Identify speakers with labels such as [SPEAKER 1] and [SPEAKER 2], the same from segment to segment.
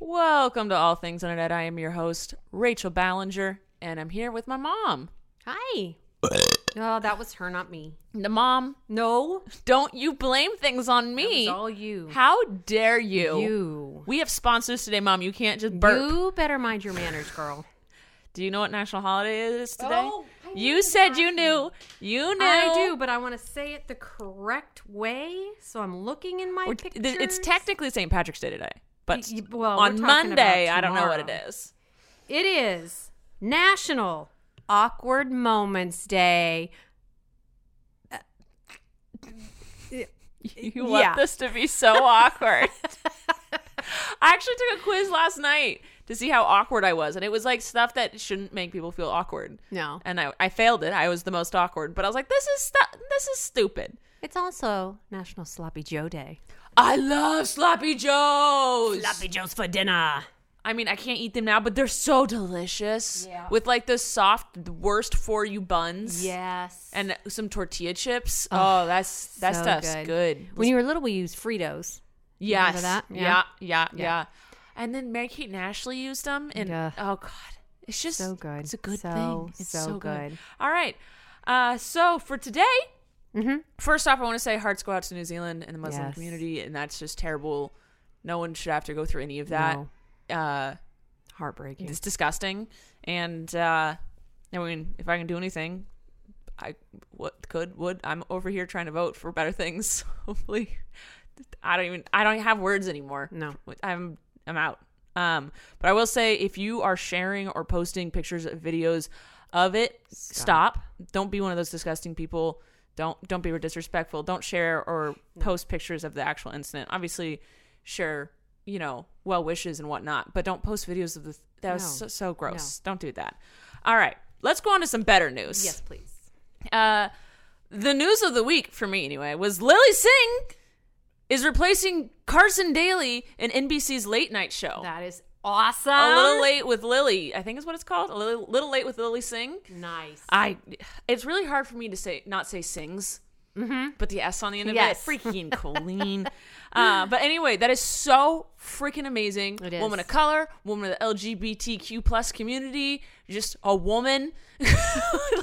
[SPEAKER 1] Welcome to All Things Internet. I am your host, Rachel Ballinger, and I'm here with my mom.
[SPEAKER 2] Hi.
[SPEAKER 1] Oh,
[SPEAKER 2] No, that was her, not me.
[SPEAKER 1] The mom,
[SPEAKER 2] No,
[SPEAKER 1] don't you blame things on me.
[SPEAKER 2] it's all you.
[SPEAKER 1] How dare you?
[SPEAKER 2] You.
[SPEAKER 1] We have sponsors today, mom. You can't just burp.
[SPEAKER 2] You better mind your manners, girl.
[SPEAKER 1] Do you know what national holiday it is today?
[SPEAKER 2] Oh, I
[SPEAKER 1] you
[SPEAKER 2] knew
[SPEAKER 1] said
[SPEAKER 2] that.
[SPEAKER 1] you knew. You knew.
[SPEAKER 2] I do, but I want to say it the correct way, so I'm looking in my
[SPEAKER 1] We're- th-
[SPEAKER 2] pictures.
[SPEAKER 1] It's technically St. Patrick's Day today, but
[SPEAKER 2] Y- y-
[SPEAKER 1] on
[SPEAKER 2] well, we're talking about
[SPEAKER 1] Monday, I don't know what
[SPEAKER 2] tomorrow.
[SPEAKER 1] it is.
[SPEAKER 2] It is National Awkward Moments Day.
[SPEAKER 1] You want
[SPEAKER 2] Yeah.
[SPEAKER 1] this to be so awkward. I actually took a quiz last night to see how awkward I was, and it was like stuff that shouldn't make people feel awkward.
[SPEAKER 2] No,
[SPEAKER 1] And I, I failed it. I was the most awkward, but I was like, this is stu- this is stupid.
[SPEAKER 2] it's also National Sloppy Joe Day.
[SPEAKER 1] I love sloppy joes.
[SPEAKER 2] Joes for dinner.
[SPEAKER 1] I mean, I can't eat them now, but they're so delicious
[SPEAKER 2] Yeah.
[SPEAKER 1] with like the soft worst for you buns.
[SPEAKER 2] Yes.
[SPEAKER 1] And some tortilla chips. Oh, that's that
[SPEAKER 2] so
[SPEAKER 1] stuff's
[SPEAKER 2] good.
[SPEAKER 1] good.
[SPEAKER 2] when you were little, we used Fritos.
[SPEAKER 1] Yes.
[SPEAKER 2] that?
[SPEAKER 1] Yeah. yeah,
[SPEAKER 2] Yeah.
[SPEAKER 1] yeah, And then Mary Kate and Ashley used them, and
[SPEAKER 2] Yeah.
[SPEAKER 1] oh god, it's just
[SPEAKER 2] So good.
[SPEAKER 1] It's a good
[SPEAKER 2] So,
[SPEAKER 1] thing. It's so,
[SPEAKER 2] so
[SPEAKER 1] good.
[SPEAKER 2] good.
[SPEAKER 1] All right. Uh, so for today, first off, I want to say hearts go out to New Zealand and the Muslim
[SPEAKER 2] Mm-hmm. Yes.
[SPEAKER 1] community, and that's just terrible. No one should have to go through any of that. Uh,
[SPEAKER 2] Heartbreaking.
[SPEAKER 1] it's disgusting, and uh, I mean, if I can do anything, I what could would I'm over here trying to vote for better things. Hopefully, I don't even I don't have words anymore.
[SPEAKER 2] No.
[SPEAKER 1] I'm I'm out. Um, but I will say if you are sharing or posting pictures of videos of it, stop. Don't be one of those disgusting people. Don't don't be disrespectful. Don't share or post pictures of the actual incident. Obviously, share you know well wishes and whatnot, but don't post videos of the. That was so,
[SPEAKER 2] No.
[SPEAKER 1] so gross. Don't do that. All right, let's go on to some better news.
[SPEAKER 2] Yes, please.
[SPEAKER 1] Uh, the news of the week for me anyway was Lily Singh is replacing Carson Daly in NBC's late night show.
[SPEAKER 2] That Uh? is awesome.
[SPEAKER 1] a little late with Lily, I think is what it's called. A little, little late with Lily Singh.
[SPEAKER 2] Nice.
[SPEAKER 1] I, it's really hard for me to say not say sings, mm-hmm. but the s on the end of
[SPEAKER 2] Yes.
[SPEAKER 1] it, freaking Colleen. uh, but anyway, that is so freaking amazing.
[SPEAKER 2] It is.
[SPEAKER 1] Woman of color, woman of the LGBTQ plus community, just a woman,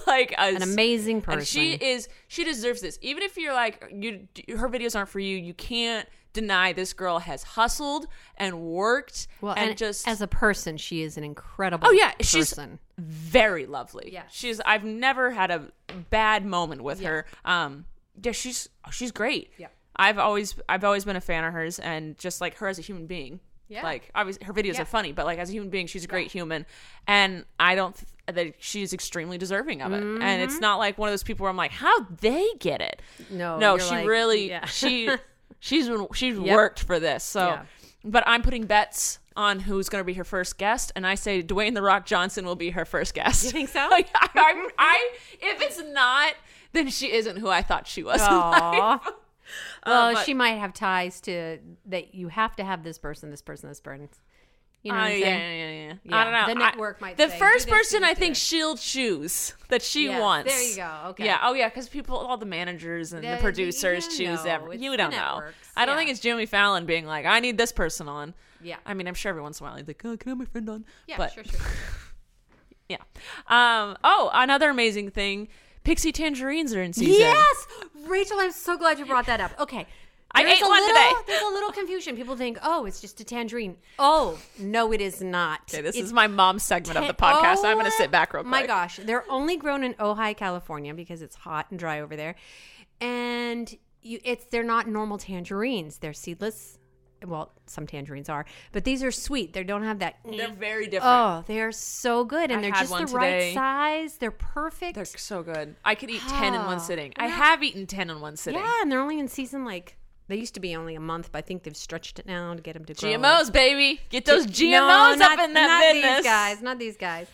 [SPEAKER 1] like a
[SPEAKER 2] An
[SPEAKER 1] s-
[SPEAKER 2] amazing person.
[SPEAKER 1] and she is she deserves this. Even if you're like you, her videos aren't for you, you can't deny this girl has hustled and worked
[SPEAKER 2] well,
[SPEAKER 1] and,
[SPEAKER 2] and,
[SPEAKER 1] just
[SPEAKER 2] as a person, she is an incredible.
[SPEAKER 1] Oh, yeah, she's-
[SPEAKER 2] person.
[SPEAKER 1] very lovely.
[SPEAKER 2] Yeah.
[SPEAKER 1] she's I've never had a bad moment with her. Um, yeah, she's she's great.
[SPEAKER 2] Yeah.
[SPEAKER 1] I've always I've always been a fan of hers and just like her as a human being.
[SPEAKER 2] Yeah.
[SPEAKER 1] Like obviously her videos
[SPEAKER 2] Yeah.
[SPEAKER 1] are funny, but like as a human being, she's a great human, and I don't th- that she's extremely deserving of it. And
[SPEAKER 2] Mm-hmm.
[SPEAKER 1] it's not like one of those people where I'm like, how they get it?
[SPEAKER 2] No,
[SPEAKER 1] no,
[SPEAKER 2] Oh, you're
[SPEAKER 1] she
[SPEAKER 2] like-
[SPEAKER 1] really
[SPEAKER 2] yeah.
[SPEAKER 1] she she's been she's
[SPEAKER 2] Yep.
[SPEAKER 1] worked for this. So,
[SPEAKER 2] Yeah.
[SPEAKER 1] but I'm putting bets on who's going to be her first guest, and I say Dwayne the Rock Johnson will be her first guest. You
[SPEAKER 2] think so?
[SPEAKER 1] like, I, I, I- if it's not, then she isn't who I thought she was.
[SPEAKER 2] Aw. well,
[SPEAKER 1] but-
[SPEAKER 2] she might have ties to that. You have to have this person, this person, this person. You know
[SPEAKER 1] Oh,
[SPEAKER 2] what
[SPEAKER 1] yeah,
[SPEAKER 2] I'm
[SPEAKER 1] yeah,
[SPEAKER 2] saying?
[SPEAKER 1] yeah, yeah.
[SPEAKER 2] Yeah,
[SPEAKER 1] I don't know.
[SPEAKER 2] the
[SPEAKER 1] I-
[SPEAKER 2] network might
[SPEAKER 1] The
[SPEAKER 2] say,
[SPEAKER 1] first
[SPEAKER 2] "Do this,
[SPEAKER 1] person
[SPEAKER 2] do
[SPEAKER 1] I
[SPEAKER 2] this,
[SPEAKER 1] think
[SPEAKER 2] do this."
[SPEAKER 1] she'll choose that she
[SPEAKER 2] Yes,
[SPEAKER 1] wants.
[SPEAKER 2] there you go. Okay.
[SPEAKER 1] Yeah. Oh yeah, because people, all the managers and
[SPEAKER 2] Yeah,
[SPEAKER 1] the
[SPEAKER 2] you-
[SPEAKER 1] producers
[SPEAKER 2] you
[SPEAKER 1] choose
[SPEAKER 2] know,
[SPEAKER 1] every.
[SPEAKER 2] it's
[SPEAKER 1] You
[SPEAKER 2] the
[SPEAKER 1] don't know.
[SPEAKER 2] networks,
[SPEAKER 1] I don't
[SPEAKER 2] yeah.
[SPEAKER 1] think it's Jimmy Fallon being like, "I need this person on."
[SPEAKER 2] Yeah.
[SPEAKER 1] I mean, I'm sure every once in a while he's like, "Oh, can I have my friend on?"
[SPEAKER 2] Yeah,
[SPEAKER 1] But-
[SPEAKER 2] sure, sure. sure.
[SPEAKER 1] Yeah. Um. Oh, another amazing thing. Pixie tangerines are in season.
[SPEAKER 2] Yes, Rachel, I'm so glad you brought that up. Okay.
[SPEAKER 1] I
[SPEAKER 2] There's
[SPEAKER 1] ate
[SPEAKER 2] a
[SPEAKER 1] one
[SPEAKER 2] little,
[SPEAKER 1] today.
[SPEAKER 2] There's a little confusion. People think, oh, it's just a tangerine. Oh, no, it is not.
[SPEAKER 1] Okay, this
[SPEAKER 2] It's
[SPEAKER 1] is my mom's segment of the
[SPEAKER 2] Ten-
[SPEAKER 1] podcast. I'm
[SPEAKER 2] Oh,
[SPEAKER 1] going to sit back real quick.
[SPEAKER 2] My gosh, they're only grown in Ojai, California, because it's hot and dry over there, and you, it's they're not normal tangerines. They're seedless. Well, some tangerines are, but these are sweet. They don't have that. e-
[SPEAKER 1] They're very different.
[SPEAKER 2] Oh, they are so good, and
[SPEAKER 1] I
[SPEAKER 2] they're
[SPEAKER 1] had
[SPEAKER 2] just
[SPEAKER 1] one
[SPEAKER 2] the
[SPEAKER 1] today.
[SPEAKER 2] right size. They're perfect.
[SPEAKER 1] They're so good. I could eat 10 in one
[SPEAKER 2] Oh,
[SPEAKER 1] sitting. I have eaten 10 in one sitting.
[SPEAKER 2] yeah, and they're only in season like They used to be only a month, but I think they've stretched it now to get them to grow.
[SPEAKER 1] GMOs, baby. Get those GMOs
[SPEAKER 2] No,
[SPEAKER 1] up
[SPEAKER 2] not-
[SPEAKER 1] in that
[SPEAKER 2] not
[SPEAKER 1] business.
[SPEAKER 2] These guys, not these guys.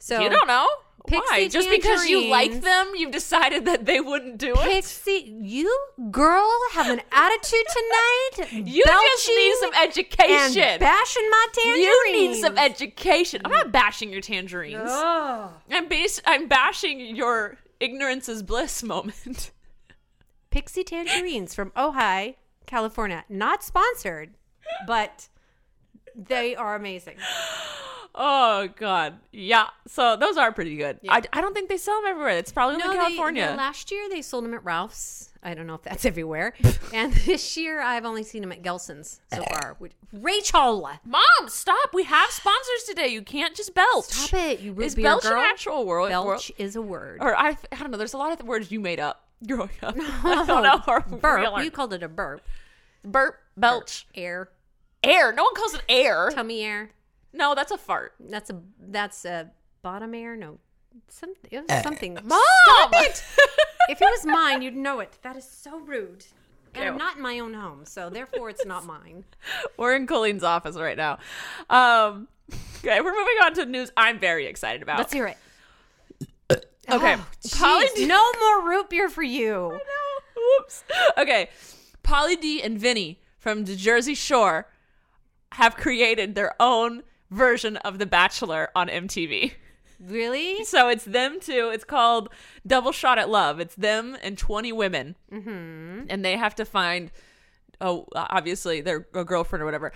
[SPEAKER 2] So
[SPEAKER 1] You don't know.
[SPEAKER 2] Pixie
[SPEAKER 1] Why? Just because you like
[SPEAKER 2] tangerines.
[SPEAKER 1] them, you've decided that they wouldn't do it.
[SPEAKER 2] Pixie, you girl have an attitude tonight.
[SPEAKER 1] You just need some
[SPEAKER 2] and
[SPEAKER 1] education.
[SPEAKER 2] bashing my tangerines.
[SPEAKER 1] You need some education. I'm not bashing your tangerines.
[SPEAKER 2] Oh.
[SPEAKER 1] I'm bas- I'm bashing your ignorance is bliss moment.
[SPEAKER 2] Pixie tangerines from Ojai, California. Not sponsored, but they are amazing.
[SPEAKER 1] Oh God, yeah. So those are pretty good. I, I don't think they sell them everywhere. It's probably only
[SPEAKER 2] they-
[SPEAKER 1] California.
[SPEAKER 2] no, last year they sold them at Ralph's. I don't know if that's everywhere. and this year I've only seen them at Gelson's so
[SPEAKER 1] Eh.
[SPEAKER 2] far. Which, Rachel,
[SPEAKER 1] Mom, stop. We have sponsors today. You can't just belch.
[SPEAKER 2] stop it! You root
[SPEAKER 1] Is
[SPEAKER 2] beer
[SPEAKER 1] belch
[SPEAKER 2] girl.
[SPEAKER 1] an actual word?
[SPEAKER 2] belch
[SPEAKER 1] word-
[SPEAKER 2] is a word.
[SPEAKER 1] Or I, I don't know. There's a lot of words you made up growing up. I don't know. Or
[SPEAKER 2] Oh, burp. You called it a burp.
[SPEAKER 1] burp, belch,
[SPEAKER 2] Air,
[SPEAKER 1] air. No one calls it air.
[SPEAKER 2] tummy air.
[SPEAKER 1] No, that's a fart.
[SPEAKER 2] That's a that's a bottom air. No, some it was something.
[SPEAKER 1] Mom,
[SPEAKER 2] if it was mine, you'd know it. That is so rude. And I'm
[SPEAKER 1] Ew.
[SPEAKER 2] not in my own home, so therefore it's not mine.
[SPEAKER 1] We're in Colleen's office right now. Um, okay, we're moving on to news I'm very excited about.
[SPEAKER 2] Let's hear it.
[SPEAKER 1] Okay,
[SPEAKER 2] Oh, jeez.
[SPEAKER 1] Polly D.
[SPEAKER 2] no more root beer for you.
[SPEAKER 1] Whoops. Okay, Polly D and Vinny from the Jersey Shore have created their own version of The Bachelor on MTV.
[SPEAKER 2] Really?
[SPEAKER 1] So it's them two. It's called Double Shot at Love. It's them and 20 women. Mm-hmm. And they have to find, oh, obviously, their a girlfriend or whatever.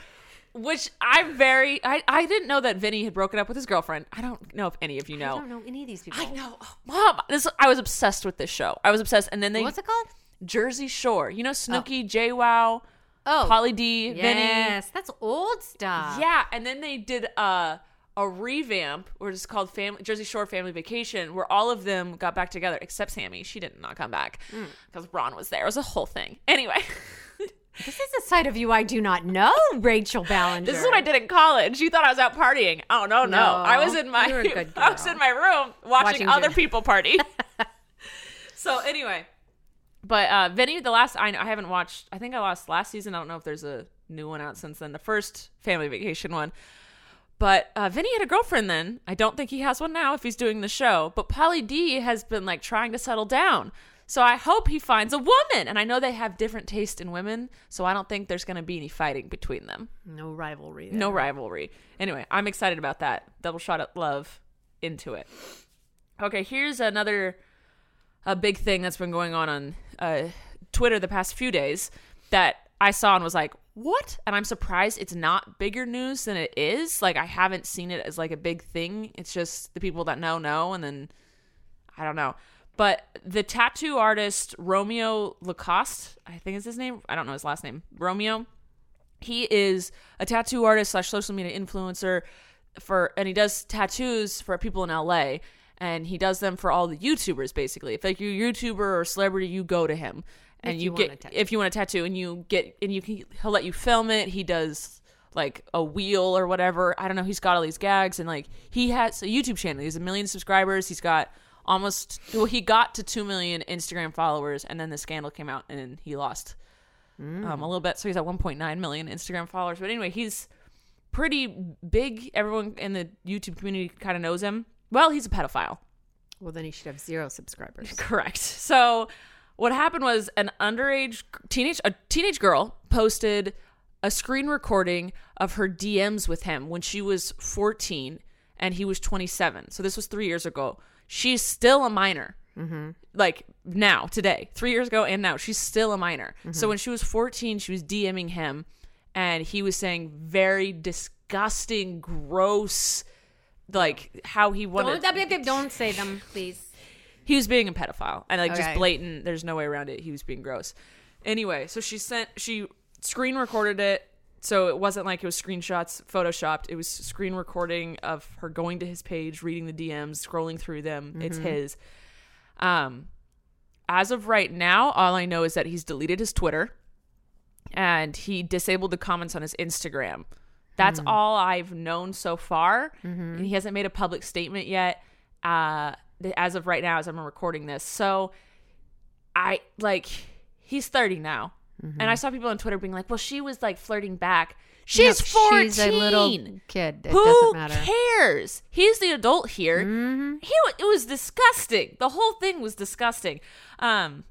[SPEAKER 1] Which I'm very, I, I didn't know that Vinny had broken up with his girlfriend. I don't know if any of you
[SPEAKER 2] I
[SPEAKER 1] know.
[SPEAKER 2] don't know any of these people.
[SPEAKER 1] I, know. Oh, Mom, this, I was obsessed with this show. I was obsessed. And then they,
[SPEAKER 2] What's it Oh. called?
[SPEAKER 1] Jersey Shore. You know, Snooki, Jay Wow,
[SPEAKER 2] Oh,
[SPEAKER 1] Polly D, Vinny.
[SPEAKER 2] yes, that's old stuff.
[SPEAKER 1] Yeah, and then they did a a revamp, which is called Family Jersey Shore Family Vacation, where all of them got back together except Sammy. She did not come back because Ron was there. It was a whole thing. Anyway,
[SPEAKER 2] This is a side of you I do not know, Rachel Ballinger.
[SPEAKER 1] this is what I did in college. You thought I was out partying? Oh no, no,
[SPEAKER 2] No,
[SPEAKER 1] I was in my
[SPEAKER 2] you were a good
[SPEAKER 1] I was
[SPEAKER 2] girl.
[SPEAKER 1] in my room watching,
[SPEAKER 2] Watching
[SPEAKER 1] other
[SPEAKER 2] Jer-
[SPEAKER 1] people party. so anyway, but uh Vinny, the last I know, I haven't watched. I think I lost last season. I don't know if there's a new one out since then. The first Family Vacation one. But uh, Vinny had a girlfriend then. I don't think he has one now if he's doing the show. But Polly D has been like trying to settle down. So I hope he finds a woman. And I know they have different taste in women. So I don't think there's going to be any fighting between them.
[SPEAKER 2] No rivalry. there.
[SPEAKER 1] No rivalry. Anyway, I'm excited about that. Double shot at love into it. Okay, here's another a big thing that's been going on on uh, Twitter the past few days that I saw and was like, "What?" And I'm surprised it's not bigger news than it is. Like I haven't seen it as like a big thing. It's just the people that know know, and then I don't know. But the tattoo artist Romeo Lacoste, I think is his name. I don't know his last name. Romeo he is a tattoo artist slash social media influencer for and he does tattoos for people in LA and he does them for all the YouTubers basically. If like you're a YouTuber or celebrity, you go to him and
[SPEAKER 2] If
[SPEAKER 1] you,
[SPEAKER 2] you want a
[SPEAKER 1] get
[SPEAKER 2] tattoo.
[SPEAKER 1] if you want a tattoo and you get and you can he'll let you film it. He does like a wheel or whatever. I don't know. He's got all these gags and like he has a YouTube channel. He has a million subscribers. He's got almost well he got to 2 million Instagram followers and then the scandal came out and he lost um, a little bit. So he's at 1.9 million Instagram followers. But anyway, he's pretty big. Everyone in the YouTube community kind of knows him. Well, he's a pedophile.
[SPEAKER 2] Well, then he should have zero subscribers.
[SPEAKER 1] Correct. So what happened was an underage teenage a teenage girl posted a screen recording of her DMs with him when she was 14 and he was 27. So this was 3 years ago. She's still a minor. Like now, today, three years ago, and now she's still a minor. So when she was 14, she was DMing him, and he was saying very disgusting, gross, like how he wanted
[SPEAKER 2] Don't, don't say them, please.
[SPEAKER 1] he was being a pedophile and like just
[SPEAKER 2] Okay.
[SPEAKER 1] blatant there's no way around it he was being gross anyway so she sent she screen recorded it so it wasn't like it was screenshots photoshopped it was screen recording of her going to his page reading the dms scrolling through them it's his um as of right now all i know is that he's deleted his twitter and he disabled the comments on his Instagram. That's
[SPEAKER 2] Hmm.
[SPEAKER 1] all I've known so far.
[SPEAKER 2] Mm-hmm.
[SPEAKER 1] And he hasn't made a public statement yet. Uh, th- as of right now, as I'm recording this, so I like he's 30 now.
[SPEAKER 2] Mm-hmm.
[SPEAKER 1] And I saw people on Twitter being like, "Well, she was like flirting back. She's
[SPEAKER 2] No,
[SPEAKER 1] fourteen.
[SPEAKER 2] She's a little kid. It
[SPEAKER 1] Who
[SPEAKER 2] doesn't matter. Mm-hmm.
[SPEAKER 1] cares? He's the adult here. He wa- it was disgusting. The whole thing was disgusting. Um,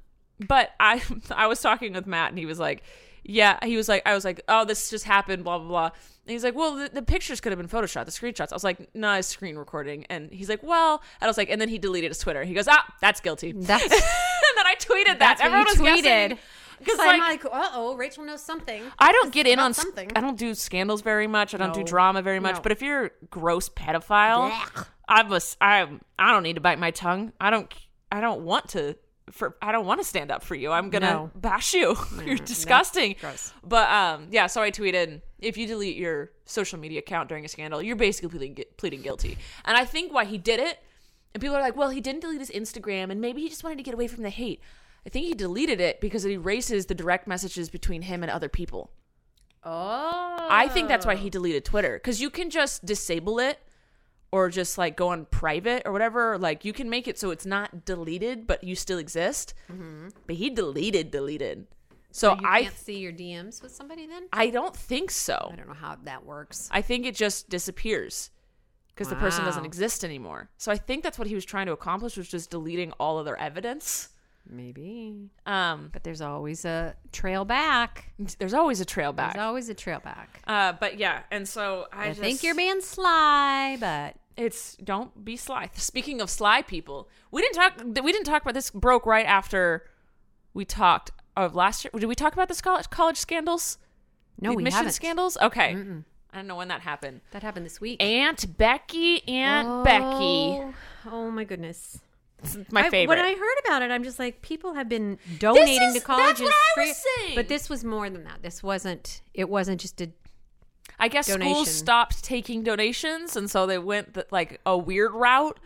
[SPEAKER 1] but I I was talking with Matt and he was like, yeah, he was like, I was like, oh, this just happened, blah blah blah. And he's like, well, the, the pictures could have been photoshopped, the screenshots. I was like, no, it's screen recording. And he's like, well, and I was like, and then he deleted his Twitter. He goes, ah, that's guilty.
[SPEAKER 2] That's-
[SPEAKER 1] and then I tweeted that.
[SPEAKER 2] That's what
[SPEAKER 1] Everyone
[SPEAKER 2] you
[SPEAKER 1] was
[SPEAKER 2] tweeted.
[SPEAKER 1] guessing. Because
[SPEAKER 2] So I'm
[SPEAKER 1] like,
[SPEAKER 2] like, uh oh, Rachel knows something.
[SPEAKER 1] I don't get in
[SPEAKER 2] about
[SPEAKER 1] on something.
[SPEAKER 2] something.
[SPEAKER 1] I don't do scandals very much. I don't do
[SPEAKER 2] No.
[SPEAKER 1] drama very much.
[SPEAKER 2] No.
[SPEAKER 1] But if you're a gross pedophile,
[SPEAKER 2] Blech.
[SPEAKER 1] I must. I I don't need to bite my tongue. I don't. I don't want to. For I don't want to stand up for you. I'm gonna
[SPEAKER 2] No.
[SPEAKER 1] bash you. You're disgusting.
[SPEAKER 2] gross.
[SPEAKER 1] But um, yeah. So I tweeted if you delete your social media account during a scandal, you're basically pleading, gu- pleading guilty. And I think why he did it. And people are like, well, he didn't delete his Instagram, and maybe he just wanted to get away from the hate. I think he deleted it because it erases the direct messages between him and other people.
[SPEAKER 2] Oh.
[SPEAKER 1] I think that's why he deleted Twitter because you can just disable it or just like go on private or whatever. Like you can make it so it's not deleted, but you still exist. But he deleted, deleted. So,
[SPEAKER 2] Mm-hmm. You
[SPEAKER 1] I,
[SPEAKER 2] can't see your DMs with somebody then?
[SPEAKER 1] I don't think so.
[SPEAKER 2] I don't know how that works.
[SPEAKER 1] I think it just disappears because the person doesn't
[SPEAKER 2] Wow.
[SPEAKER 1] exist anymore. So I think that's what he was trying to accomplish was just deleting all other evidence.
[SPEAKER 2] Maybe.
[SPEAKER 1] Um,
[SPEAKER 2] But there's always a trail back.
[SPEAKER 1] there's always a trail back.
[SPEAKER 2] There's always a trail back.
[SPEAKER 1] uh, but yeah, and so I,
[SPEAKER 2] I,
[SPEAKER 1] just,
[SPEAKER 2] think you're being sly, but
[SPEAKER 1] it's don't be sly. Speaking of sly people, we didn't talk. th- We didn't talk about this. Broke right after we talked of last year. Did we talk about the college college scandals?
[SPEAKER 2] no,
[SPEAKER 1] the
[SPEAKER 2] we
[SPEAKER 1] admission
[SPEAKER 2] haven't.
[SPEAKER 1] scandals. Okay, I don't know when that happened.
[SPEAKER 2] That happened this week.
[SPEAKER 1] Aunt Becky, Aunt Becky,
[SPEAKER 2] Oh, Oh my goodness.
[SPEAKER 1] It's my
[SPEAKER 2] I-
[SPEAKER 1] favorite.
[SPEAKER 2] when I heard about it, I'm just like, people have been donating
[SPEAKER 1] is-
[SPEAKER 2] to
[SPEAKER 1] that's
[SPEAKER 2] colleges.
[SPEAKER 1] what I
[SPEAKER 2] free-
[SPEAKER 1] was saying.
[SPEAKER 2] But this was more than that. This wasn't. It wasn't just a.
[SPEAKER 1] I guess
[SPEAKER 2] donation.
[SPEAKER 1] schools stopped taking donations, and so they went the, like a weird route.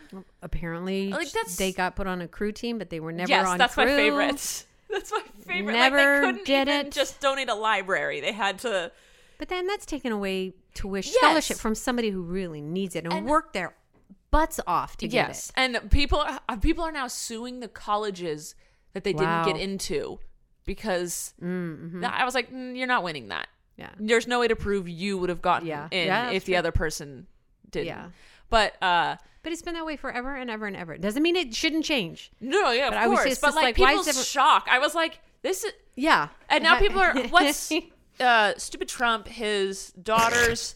[SPEAKER 2] Apparently,
[SPEAKER 1] Like, that's-
[SPEAKER 2] they got put on a crew team, but they were never
[SPEAKER 1] yes,
[SPEAKER 2] on
[SPEAKER 1] that's
[SPEAKER 2] crew.
[SPEAKER 1] my favorite. That's my favorite.
[SPEAKER 2] Never
[SPEAKER 1] like, they couldn't
[SPEAKER 2] did
[SPEAKER 1] even
[SPEAKER 2] it.
[SPEAKER 1] just donate a library. They had to.
[SPEAKER 2] But then that's taken away tuition
[SPEAKER 1] Yes.
[SPEAKER 2] scholarship from somebody who really needs it and,
[SPEAKER 1] And-
[SPEAKER 2] worked their butts off to get
[SPEAKER 1] yes,
[SPEAKER 2] it.
[SPEAKER 1] and people are, uh, people are now suing the colleges that they
[SPEAKER 2] Wow. Mm-hmm.
[SPEAKER 1] didn't get into because Th- I was like, "Mm, you're not winning that.
[SPEAKER 2] Yeah.
[SPEAKER 1] There's no way to prove you would have gotten
[SPEAKER 2] Yeah.
[SPEAKER 1] in
[SPEAKER 2] Yeah, that's
[SPEAKER 1] if the
[SPEAKER 2] true.
[SPEAKER 1] other person didn't.
[SPEAKER 2] Yeah.
[SPEAKER 1] But uh,
[SPEAKER 2] But it's been that way forever and ever and ever. It doesn't mean it shouldn't change.
[SPEAKER 1] no, yeah, of
[SPEAKER 2] But I was
[SPEAKER 1] course.
[SPEAKER 2] just-
[SPEAKER 1] but
[SPEAKER 2] just
[SPEAKER 1] like,
[SPEAKER 2] like, why is
[SPEAKER 1] people's
[SPEAKER 2] everyone-
[SPEAKER 1] shock. I was like, this is.
[SPEAKER 2] Yeah.
[SPEAKER 1] And now people are what's uh, stupid Trump, his daughter's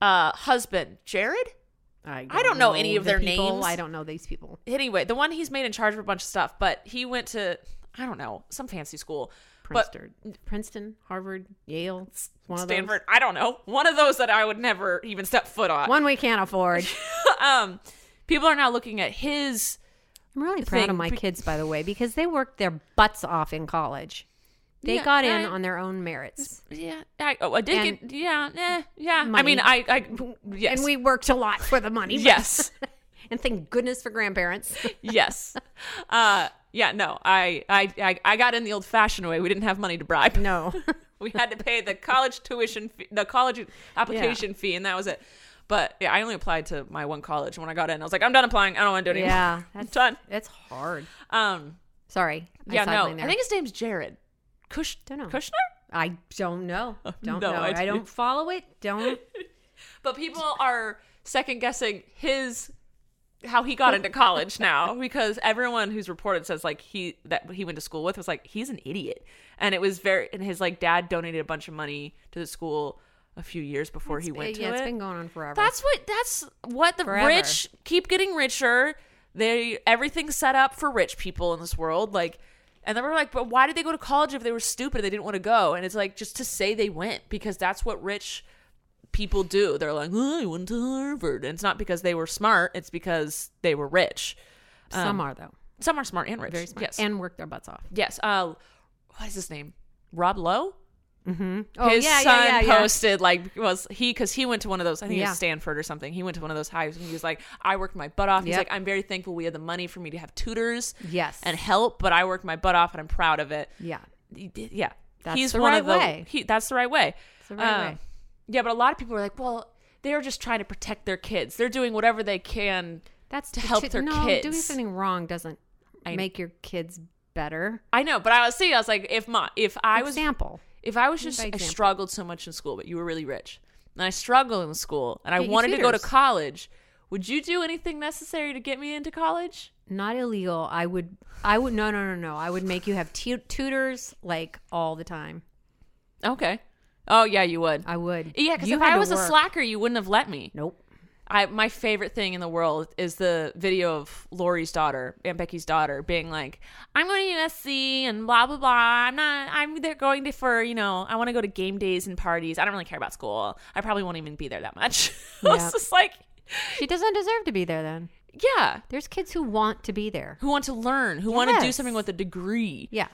[SPEAKER 1] uh, husband, Jared.
[SPEAKER 2] I
[SPEAKER 1] I don't know any of
[SPEAKER 2] the
[SPEAKER 1] their
[SPEAKER 2] people.
[SPEAKER 1] names.
[SPEAKER 2] I don't know these people.
[SPEAKER 1] Anyway, the one he's made in charge of a bunch of stuff, but he went to I don't know some fancy school, but
[SPEAKER 2] Princeton, Princeton, Harvard, Yale, one of those.
[SPEAKER 1] Stanford. I don't know one of those that I would never even step foot on.
[SPEAKER 2] One we can't afford.
[SPEAKER 1] um, people are now looking at his.
[SPEAKER 2] I'm really proud
[SPEAKER 1] thing
[SPEAKER 2] of my
[SPEAKER 1] be-
[SPEAKER 2] kids, by the way, because they worked their butts off in college. They
[SPEAKER 1] Yeah,
[SPEAKER 2] got in
[SPEAKER 1] I-
[SPEAKER 2] on their own merits,
[SPEAKER 1] Yeah, I, oh, I did
[SPEAKER 2] And-
[SPEAKER 1] get. Yeah, eh, yeah. I
[SPEAKER 2] Money.
[SPEAKER 1] mean, I, I, yes,
[SPEAKER 2] and we worked a lot for the money. but-
[SPEAKER 1] yes.
[SPEAKER 2] and thank goodness for grandparents.
[SPEAKER 1] yes. Uh, yeah, no, I, I, I, I got in the old fashioned way. We didn't have money to bribe.
[SPEAKER 2] No,
[SPEAKER 1] We had to pay the college tuition, fee, the college application fee, and that was it. But yeah, I only applied to my one college when I got in. I was like, I'm done applying. I don't want to do it
[SPEAKER 2] yeah,
[SPEAKER 1] anymore. I'm
[SPEAKER 2] that's
[SPEAKER 1] done.
[SPEAKER 2] That's hard.
[SPEAKER 1] Um,
[SPEAKER 2] Sorry,
[SPEAKER 1] yeah,
[SPEAKER 2] I
[SPEAKER 1] no,
[SPEAKER 2] sidelined there.
[SPEAKER 1] I think his name's Jared Kush-
[SPEAKER 2] Don't know.
[SPEAKER 1] Kushner.
[SPEAKER 2] I don't know. Don't
[SPEAKER 1] No
[SPEAKER 2] know.
[SPEAKER 1] idea.
[SPEAKER 2] I don't follow it. Don't.
[SPEAKER 1] But people are second guessing his how he got into college now because everyone who's reported says like he that he went to school with was like he's an idiot and it was very and his like dad donated a bunch of money to the school a few years before he went
[SPEAKER 2] yeah,
[SPEAKER 1] to
[SPEAKER 2] it's
[SPEAKER 1] it.
[SPEAKER 2] been going on forever.
[SPEAKER 1] that's what that's what the
[SPEAKER 2] Forever.
[SPEAKER 1] rich keep getting richer. They everything's set up for rich people in this world like and then we're like, but why did they go to college if they were stupid and they didn't want to go? And it's like just to say they went because that's what rich people do. They're like, oh, I went to Harvard. And it's not because they were smart, it's because they were rich.
[SPEAKER 2] some are though.
[SPEAKER 1] Some are smart and rich.
[SPEAKER 2] Very smart.
[SPEAKER 1] um, Yes.
[SPEAKER 2] And work their butts off.
[SPEAKER 1] yes. Uh, what is his name? Rob Lowe?
[SPEAKER 2] Oh
[SPEAKER 1] his
[SPEAKER 2] yeah,
[SPEAKER 1] son
[SPEAKER 2] yeah, yeah,
[SPEAKER 1] posted like was he because he went to one of those I think it
[SPEAKER 2] Yeah.
[SPEAKER 1] was Stanford or something. He went to one of those hives and he was like, I worked my butt off. He's
[SPEAKER 2] Yep.
[SPEAKER 1] like, I'm very thankful we had the money for me to have tutors
[SPEAKER 2] Yes.
[SPEAKER 1] and help, but I worked my butt off and I'm proud of it.
[SPEAKER 2] yeah. Yeah.
[SPEAKER 1] He did- Yeah,
[SPEAKER 2] That's
[SPEAKER 1] he's
[SPEAKER 2] the
[SPEAKER 1] one
[SPEAKER 2] right
[SPEAKER 1] of the
[SPEAKER 2] way.
[SPEAKER 1] he that's the right way. Um,
[SPEAKER 2] the right way.
[SPEAKER 1] Yeah, but a lot of people are like, well, they're just trying to protect their kids. They're doing whatever they can.
[SPEAKER 2] That's
[SPEAKER 1] to help
[SPEAKER 2] chi-
[SPEAKER 1] their
[SPEAKER 2] no, Doing
[SPEAKER 1] kids.
[SPEAKER 2] something wrong doesn't make your kids better
[SPEAKER 1] I know, but I was thinking, I was like, if my, if I was,
[SPEAKER 2] example.
[SPEAKER 1] if I was just,
[SPEAKER 2] by
[SPEAKER 1] I
[SPEAKER 2] example.
[SPEAKER 1] struggled so much in school, but you were really rich, and I struggled in school, and I
[SPEAKER 2] Get you
[SPEAKER 1] wanted to go to
[SPEAKER 2] tutors.
[SPEAKER 1] college, would you do anything necessary to get me into college?
[SPEAKER 2] Not illegal. I would. I would. No, no, no, no. I would make you have tu- tutors like all the time.
[SPEAKER 1] Okay. Oh yeah, you would.
[SPEAKER 2] I would.
[SPEAKER 1] yeah, because
[SPEAKER 2] You
[SPEAKER 1] if
[SPEAKER 2] had
[SPEAKER 1] I
[SPEAKER 2] to
[SPEAKER 1] was a
[SPEAKER 2] work.
[SPEAKER 1] slacker, you wouldn't have let me.
[SPEAKER 2] Nope.
[SPEAKER 1] I my favorite thing in the world is the video of Lori's daughter, Aunt Becky's daughter, being like, "I'm going to USC and blah blah blah. I'm not. I'm they're going to for you know. I want to go to game days and parties. I don't really care about school. I probably won't even be there that much. I
[SPEAKER 2] Yeah.
[SPEAKER 1] was just like,
[SPEAKER 2] She doesn't deserve to be there. Then
[SPEAKER 1] yeah,
[SPEAKER 2] there's kids who want to be there.
[SPEAKER 1] who want to learn, who want to do
[SPEAKER 2] Yes.
[SPEAKER 1] something with a degree.
[SPEAKER 2] Yeah.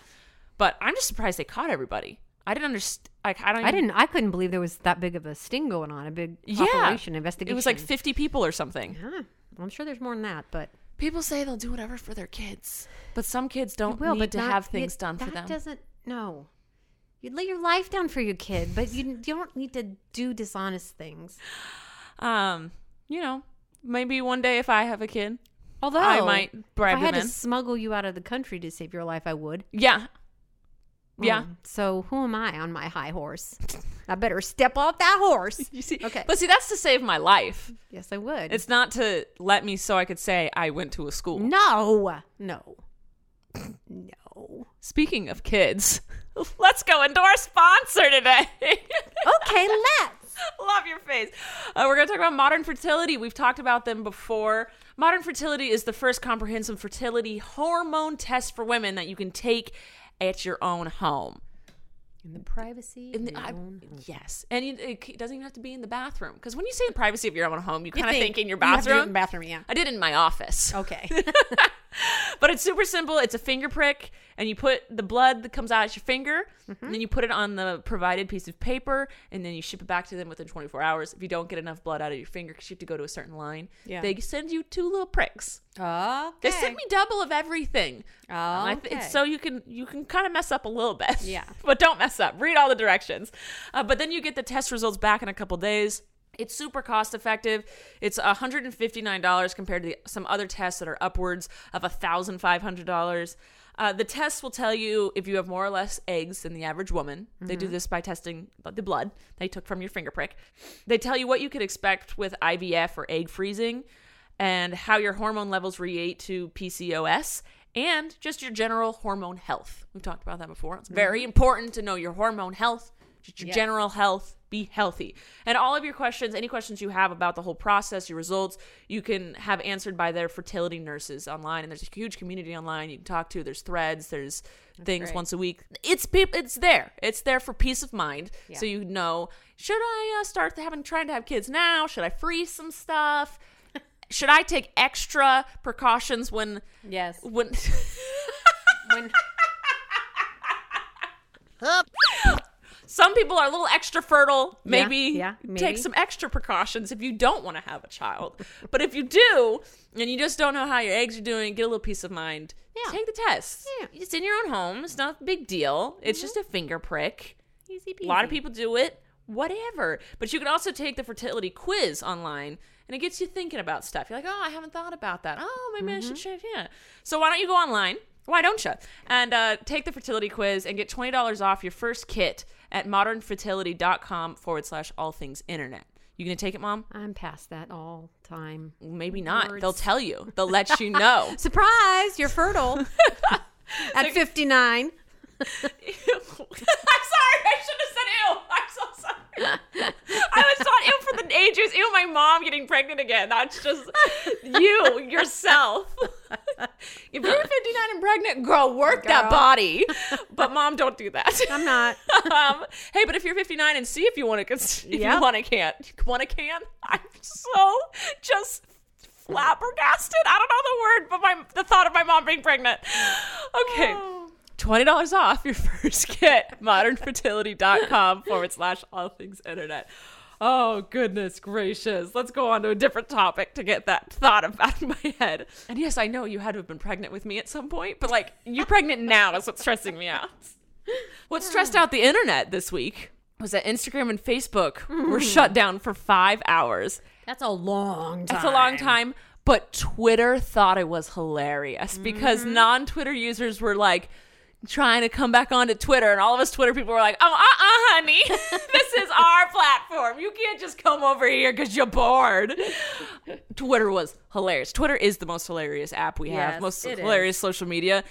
[SPEAKER 1] But I'm just surprised they caught everybody. I didn't understand. Like I don't. Even,
[SPEAKER 2] I didn't. I couldn't believe there was that big of a sting going on. A big
[SPEAKER 1] Yeah.
[SPEAKER 2] population
[SPEAKER 1] It
[SPEAKER 2] investigation.
[SPEAKER 1] was like 50 people or something.
[SPEAKER 2] Yeah. Well, I'm sure there's more than that, but
[SPEAKER 1] People say they'll do whatever for their kids, but some kids don't
[SPEAKER 2] will.
[SPEAKER 1] need
[SPEAKER 2] but
[SPEAKER 1] to
[SPEAKER 2] not-
[SPEAKER 1] have
[SPEAKER 2] you-
[SPEAKER 1] things done for
[SPEAKER 2] that
[SPEAKER 1] them.
[SPEAKER 2] Doesn't no. You'd lay your life down for your kid, but you, you don't need to do dishonest things.
[SPEAKER 1] um, you know, maybe one day if I have a kid,
[SPEAKER 2] Although
[SPEAKER 1] I might bribe
[SPEAKER 2] Oh, if I had
[SPEAKER 1] them
[SPEAKER 2] to
[SPEAKER 1] in.
[SPEAKER 2] smuggle you out of the country to save your life, I would.
[SPEAKER 1] yeah, yeah.
[SPEAKER 2] Um, so who am I on my high horse? I better step off that horse.
[SPEAKER 1] You see,
[SPEAKER 2] Okay.
[SPEAKER 1] but see, that's to save my life.
[SPEAKER 2] Yes, I would.
[SPEAKER 1] It's not to let me so I could say I went to a school.
[SPEAKER 2] no, no, no.
[SPEAKER 1] Speaking of kids, let's go into our sponsor today.
[SPEAKER 2] Okay, let's.
[SPEAKER 1] Love your face. Uh, we're going to talk about modern fertility. We've talked about them before. Modern fertility is the first comprehensive fertility hormone test for women that you can take at your own home.
[SPEAKER 2] In the privacy.
[SPEAKER 1] In the, I, yes, and you, it c- doesn't even have to be in the bathroom. Because when you say the privacy of your own home, you kind of think, in your bathroom.
[SPEAKER 2] bathroom, yeah.
[SPEAKER 1] I did it in my office.
[SPEAKER 2] Okay.
[SPEAKER 1] But it's super simple. It's a finger prick, and you put the blood that comes out at your finger, and then you put it on the provided piece of paper, and then you ship it back to them within 24 hours. If you don't get enough blood out of your finger, because you have to go to a certain line,
[SPEAKER 2] Yeah.
[SPEAKER 1] they send you two little pricks.
[SPEAKER 2] okay.
[SPEAKER 1] They sent me double of everything.
[SPEAKER 2] Oh,
[SPEAKER 1] And I th- it's so you can you can kind of mess up a little bit.
[SPEAKER 2] Yeah.
[SPEAKER 1] but don't mess up. Read all the directions. Uh, but then you get the test results back in a couple days. It's super cost effective. It's $159 compared to the, some other tests that are upwards of $1,500. Uh, the test will tell you if you have more or less eggs than the average woman. They
[SPEAKER 2] Mm-hmm.
[SPEAKER 1] do this by testing the blood they took from your finger prick. They tell you what you could expect with IVF or egg freezing and how your hormone levels react to PCOS and just your general hormone health. We've talked about that before. It's very important to know your hormone health, just your general health, be healthy. And all of your questions, any questions you have about the whole process, your results, you can have answered by their fertility nurses online and there's a huge community online you can talk to. There's threads, there's things
[SPEAKER 2] great.
[SPEAKER 1] once a week. It's peop- it's there. It's there for peace of mind. So you know, should I uh, start having trying to have kids now? Should I freeze some stuff? should I take extra precautions when
[SPEAKER 2] Yes.
[SPEAKER 1] when
[SPEAKER 2] When,
[SPEAKER 1] some people are a little extra fertile? Maybe,
[SPEAKER 2] yeah, maybe.
[SPEAKER 1] take some extra precautions if you don't want to have a child. but if you do and you just don't know how your eggs are doing, get a little peace of mind.
[SPEAKER 2] Yeah.
[SPEAKER 1] Take the test.
[SPEAKER 2] Yeah. Mm-hmm.
[SPEAKER 1] It's in your own home. It's not a big deal. It's just a finger prick.
[SPEAKER 2] easy peasy.
[SPEAKER 1] A lot of people do it. Whatever. But you can also take the fertility quiz online and it gets you thinking about stuff. You're like, oh, I haven't thought about that. Oh, maybe
[SPEAKER 2] Mm-hmm.
[SPEAKER 1] I should check. Yeah. So why don't you go online? Why don't you? And uh, take the fertility quiz and get $20 off your first kit at modernfertility.com forward slash all things internet. You gonna take it, mom?
[SPEAKER 2] I'm past that all time.
[SPEAKER 1] Maybe not. They'll
[SPEAKER 2] Words.
[SPEAKER 1] tell you. They'll let you know.
[SPEAKER 2] Surprise! You're fertile at 59.
[SPEAKER 1] I'm sorry. I should have said ew. I'm so sorry. I was thought ew for the ages. Ew, my mom getting pregnant again. That's just you yourself. if you're 59 and pregnant, girl, work that
[SPEAKER 2] Girl.
[SPEAKER 1] body. But mom, don't do that.
[SPEAKER 2] I'm not.
[SPEAKER 1] um, hey, but if you're 59 and see if you want to, if you
[SPEAKER 2] Yep.
[SPEAKER 1] want to can, want to can. I'm so just flabbergasted. I don't know the word, but my the thought of my mom being pregnant. Okay. $20 off your first kit, modernfertility.com forward slash all things internet. Oh, goodness gracious. Let's go on to a different topic to get that thought of out of my head. And yes, I know you had to have been pregnant with me at some point, but like, you pregnant now is what's stressing me out. What stressed out the internet this week was that Instagram and Facebook were shut down for five hours.
[SPEAKER 2] That's a long time.
[SPEAKER 1] That's a long time. But Twitter thought it was hilarious because
[SPEAKER 2] Mm-hmm.
[SPEAKER 1] non Twitter users were like trying to come back onto Twitter, and all of us Twitter people were like, oh, uh uh honey, this is our platform. You can't just come over here because you're bored. Twitter was hilarious. Twitter is the most hilarious app we
[SPEAKER 2] Yes,
[SPEAKER 1] have, most
[SPEAKER 2] it is.
[SPEAKER 1] hilarious social media.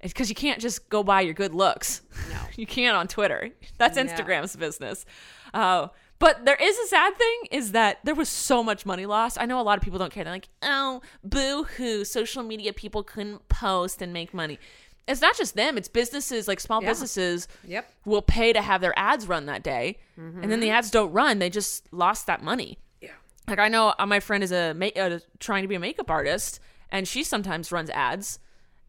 [SPEAKER 1] It's because you can't just go by your good looks. No. you can't on Twitter. That's Instagram's business. Uh, but there is a sad thing is that there was so much money lost. I know a lot of people don't care. They're like, oh, boo hoo, social media people couldn't post and make money. It's not just them, it's businesses like small businesses
[SPEAKER 2] Yep.
[SPEAKER 1] will pay to have their ads run that day. And then the ads don't run, they just lost that money
[SPEAKER 2] Yeah.
[SPEAKER 1] like I know uh, my friend is a ma- uh, trying to be a makeup artist, and she sometimes runs ads,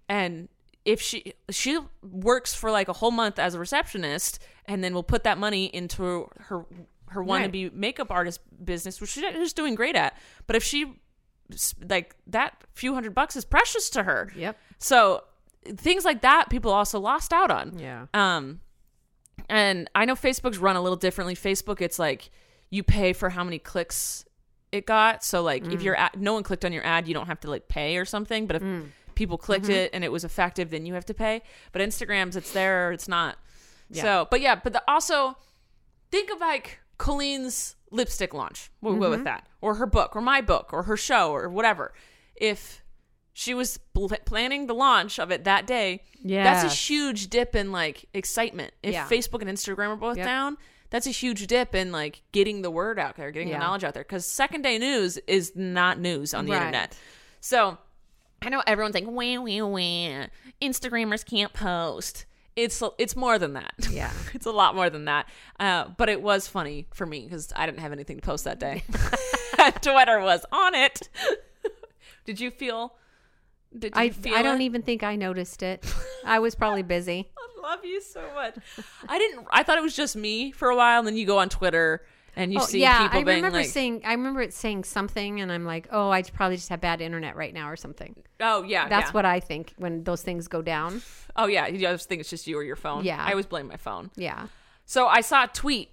[SPEAKER 1] and if she she works for like a whole month as a receptionist, and then will put that money into her her want to be makeup artist business, which she's doing great at. But if she s- like that few hundred bucks is precious to her.
[SPEAKER 2] Yep.
[SPEAKER 1] So things like that people also lost out on.
[SPEAKER 2] Yeah.
[SPEAKER 1] Um, and I know Facebook's run a little differently. Facebook, it's like you pay for how many clicks it got. So like if your ad, no one clicked on your ad, you don't have to like pay or something. But if people clicked it and it was effective, then you have to pay. But Instagram's, it's there or it's not. So, but yeah, but the, also think of like Colleen's lipstick launch. We'll go with that, or her book, or my book, or her show, or whatever. If she was pl- planning the launch of it that day, that's a
[SPEAKER 2] Yes.
[SPEAKER 1] huge dip in like excitement. If
[SPEAKER 2] Yeah.
[SPEAKER 1] Facebook and Instagram are both
[SPEAKER 2] Yep.
[SPEAKER 1] down, that's a huge dip in like getting the word out there, getting
[SPEAKER 2] Yeah.
[SPEAKER 1] the knowledge out there. Because second day news is not news on the
[SPEAKER 2] Right.
[SPEAKER 1] internet. So I know everyone's like, wah, wah, wah. Instagrammers can't post. It's it's more than that.
[SPEAKER 2] Yeah.
[SPEAKER 1] it's a lot more than that. Uh, but it was funny for me because I didn't have anything to post that day. Twitter was on it. did you feel? Did you
[SPEAKER 2] I,
[SPEAKER 1] feel
[SPEAKER 2] I don't
[SPEAKER 1] it?
[SPEAKER 2] even think I noticed it. I was probably busy.
[SPEAKER 1] I love you so much. I didn't. I thought it was just me for a while, and then you go on Twitter and you
[SPEAKER 2] Oh,
[SPEAKER 1] see
[SPEAKER 2] yeah,
[SPEAKER 1] people
[SPEAKER 2] I
[SPEAKER 1] being
[SPEAKER 2] remember
[SPEAKER 1] like,
[SPEAKER 2] saying I remember it saying something, and I'm like, oh, I probably just have bad internet right now or something.
[SPEAKER 1] "Oh yeah,
[SPEAKER 2] That's
[SPEAKER 1] yeah.
[SPEAKER 2] what I think when those things go down.
[SPEAKER 1] Oh yeah, you just think it's just you or your phone.
[SPEAKER 2] Yeah.
[SPEAKER 1] I always blame my phone.
[SPEAKER 2] Yeah.
[SPEAKER 1] So I saw a tweet.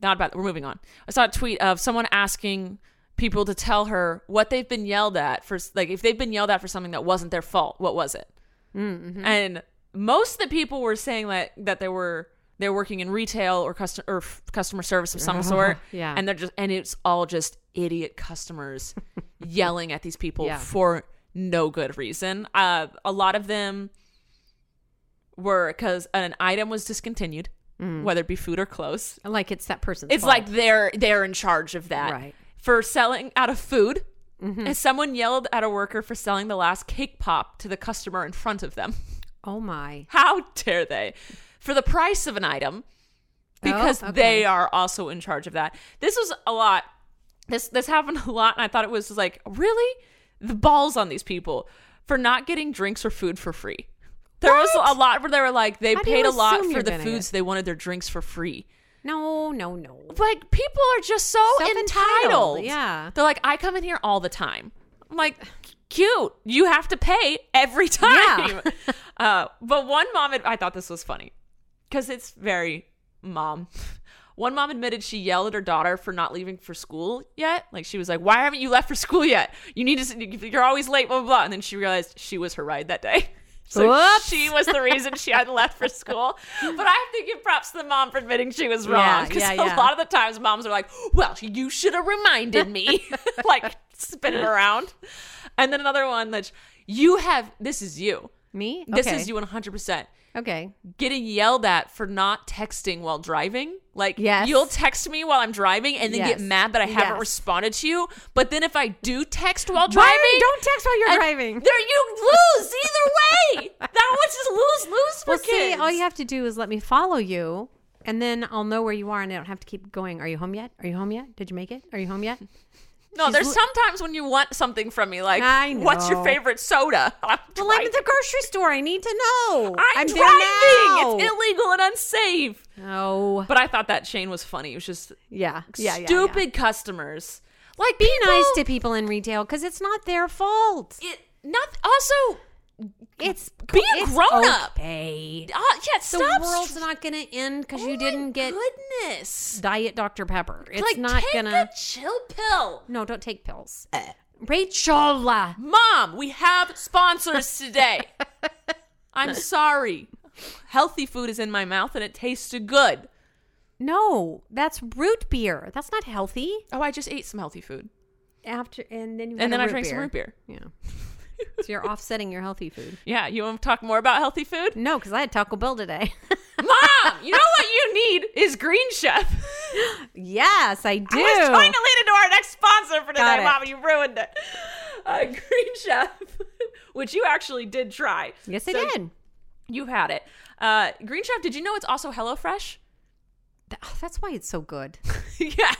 [SPEAKER 1] Not about. We're moving on. I saw a tweet of someone asking people to tell her what they've been yelled at for, like if they've been yelled at for something that wasn't their fault. What was it? And most of the people were saying like that they were they're working in retail or customer or f- customer service of some sort.
[SPEAKER 2] yeah.
[SPEAKER 1] And they're just and it's all just idiot customers yelling at these people
[SPEAKER 2] Yeah.
[SPEAKER 1] for no good reason. Uh, a lot of them were because an item was discontinued, whether it be food or clothes.
[SPEAKER 2] Like Mm. it's that person's
[SPEAKER 1] It's
[SPEAKER 2] fault.
[SPEAKER 1] like they're they're in charge of that
[SPEAKER 2] Right. Mm-hmm.
[SPEAKER 1] for selling out of food. And someone yelled at a worker for selling the last cake pop to the customer in front of them.
[SPEAKER 2] oh my.
[SPEAKER 1] How dare they? For the price of an item, because
[SPEAKER 2] Oh, okay.
[SPEAKER 1] they are also in charge of that. This was a lot. This this happened a lot, and I thought it was like really the balls on these people for not getting drinks or food for free. There was a lot where they were like they
[SPEAKER 2] How do you
[SPEAKER 1] paid a lot
[SPEAKER 2] assume
[SPEAKER 1] for
[SPEAKER 2] you're
[SPEAKER 1] the
[SPEAKER 2] gonna
[SPEAKER 1] foods they wanted their drinks for free.
[SPEAKER 2] No, no, no.
[SPEAKER 1] Like people are just so
[SPEAKER 2] Self-entitled,
[SPEAKER 1] entitled.
[SPEAKER 2] yeah.
[SPEAKER 1] they're like I come in here all the time. I'm like cute. You have to pay every time. uh, but one mom, ad- I thought this was funny because it's very mom. One mom admitted she yelled at her daughter for not leaving for school yet. Like she was like, "Why haven't you left for school yet? You need to. s- You're always late." Blah blah. blah. And then she realized she was her ride that day. So
[SPEAKER 2] Whoops.
[SPEAKER 1] she was the reason she had left for school. But I have to give props to the mom for admitting she was wrong.
[SPEAKER 2] Yeah,
[SPEAKER 1] Because
[SPEAKER 2] yeah,
[SPEAKER 1] a
[SPEAKER 2] yeah.
[SPEAKER 1] lot of the times moms are like, "Well, you should have reminded me." like spinning around. And then another one that sh- you have. This is you.
[SPEAKER 2] Me?
[SPEAKER 1] This
[SPEAKER 2] Okay.
[SPEAKER 1] is you 100. percent
[SPEAKER 2] Okay.
[SPEAKER 1] getting yelled at for not texting while driving. Like,
[SPEAKER 2] Yes.
[SPEAKER 1] you'll text me while I'm driving and then
[SPEAKER 2] Yes.
[SPEAKER 1] get mad that I haven't
[SPEAKER 2] Yes.
[SPEAKER 1] responded to you. But then if I do text while driving,
[SPEAKER 2] Driving. Don't text while you're
[SPEAKER 1] and
[SPEAKER 2] driving.
[SPEAKER 1] There you lose either way. that was just lose lose for
[SPEAKER 2] Well,
[SPEAKER 1] kids.
[SPEAKER 2] see, all you have to do is let me follow you, and then I'll know where you are, and I don't have to keep going. Are you home yet? Are you home yet? Did you make it? Are you home yet?
[SPEAKER 1] no,
[SPEAKER 2] she's
[SPEAKER 1] there's
[SPEAKER 2] lo-
[SPEAKER 1] sometimes when you want something from me, like
[SPEAKER 2] I
[SPEAKER 1] what's your
[SPEAKER 2] know.
[SPEAKER 1] favorite soda? I'm
[SPEAKER 2] Well, I'm at
[SPEAKER 1] driving.
[SPEAKER 2] the grocery store. I need to know.
[SPEAKER 1] I'm
[SPEAKER 2] I'm
[SPEAKER 1] driving.
[SPEAKER 2] There now.
[SPEAKER 1] It's illegal and unsafe.
[SPEAKER 2] Oh,
[SPEAKER 1] But I thought that Shane was funny. It was just
[SPEAKER 2] yeah, yeah, yeah, yeah.
[SPEAKER 1] stupid customers. Like
[SPEAKER 2] Be nice to people in retail because it's not their fault.
[SPEAKER 1] it not also
[SPEAKER 2] It's
[SPEAKER 1] Be a
[SPEAKER 2] it's
[SPEAKER 1] grown-up.
[SPEAKER 2] Okay.
[SPEAKER 1] uh, yeah
[SPEAKER 2] The
[SPEAKER 1] stop
[SPEAKER 2] world's
[SPEAKER 1] str-
[SPEAKER 2] not gonna end because
[SPEAKER 1] Oh
[SPEAKER 2] you
[SPEAKER 1] my
[SPEAKER 2] didn't get
[SPEAKER 1] goodness
[SPEAKER 2] diet Dr Pepper. It's
[SPEAKER 1] like
[SPEAKER 2] not
[SPEAKER 1] take
[SPEAKER 2] gonna.
[SPEAKER 1] a chill pill
[SPEAKER 2] No, don't take pills. Rachel.
[SPEAKER 1] Mom, we have sponsors today. I'm sorry. Healthy food is in my mouth and it tasted good.
[SPEAKER 2] No, that's root beer. That's not healthy.
[SPEAKER 1] Oh, I just ate some healthy food.
[SPEAKER 2] After and then you
[SPEAKER 1] And
[SPEAKER 2] had a
[SPEAKER 1] then I
[SPEAKER 2] root
[SPEAKER 1] drank some root beer.
[SPEAKER 2] Yeah. so you're offsetting your healthy food.
[SPEAKER 1] Yeah, you want to talk more about healthy food?
[SPEAKER 2] No, because I had Taco Bell today.
[SPEAKER 1] Mom, you know what you need is Green Chef.
[SPEAKER 2] yes, I do.
[SPEAKER 1] I was trying to lead into our next sponsor for
[SPEAKER 2] Got
[SPEAKER 1] today.
[SPEAKER 2] it.
[SPEAKER 1] Mom, you ruined it. Uh, Green Chef, which you actually did try.
[SPEAKER 2] yes, I
[SPEAKER 1] So
[SPEAKER 2] did.
[SPEAKER 1] You had it. Uh, Green Chef, did you know it's also HelloFresh?
[SPEAKER 2] Th- oh, that's why it's so good.
[SPEAKER 1] yeah.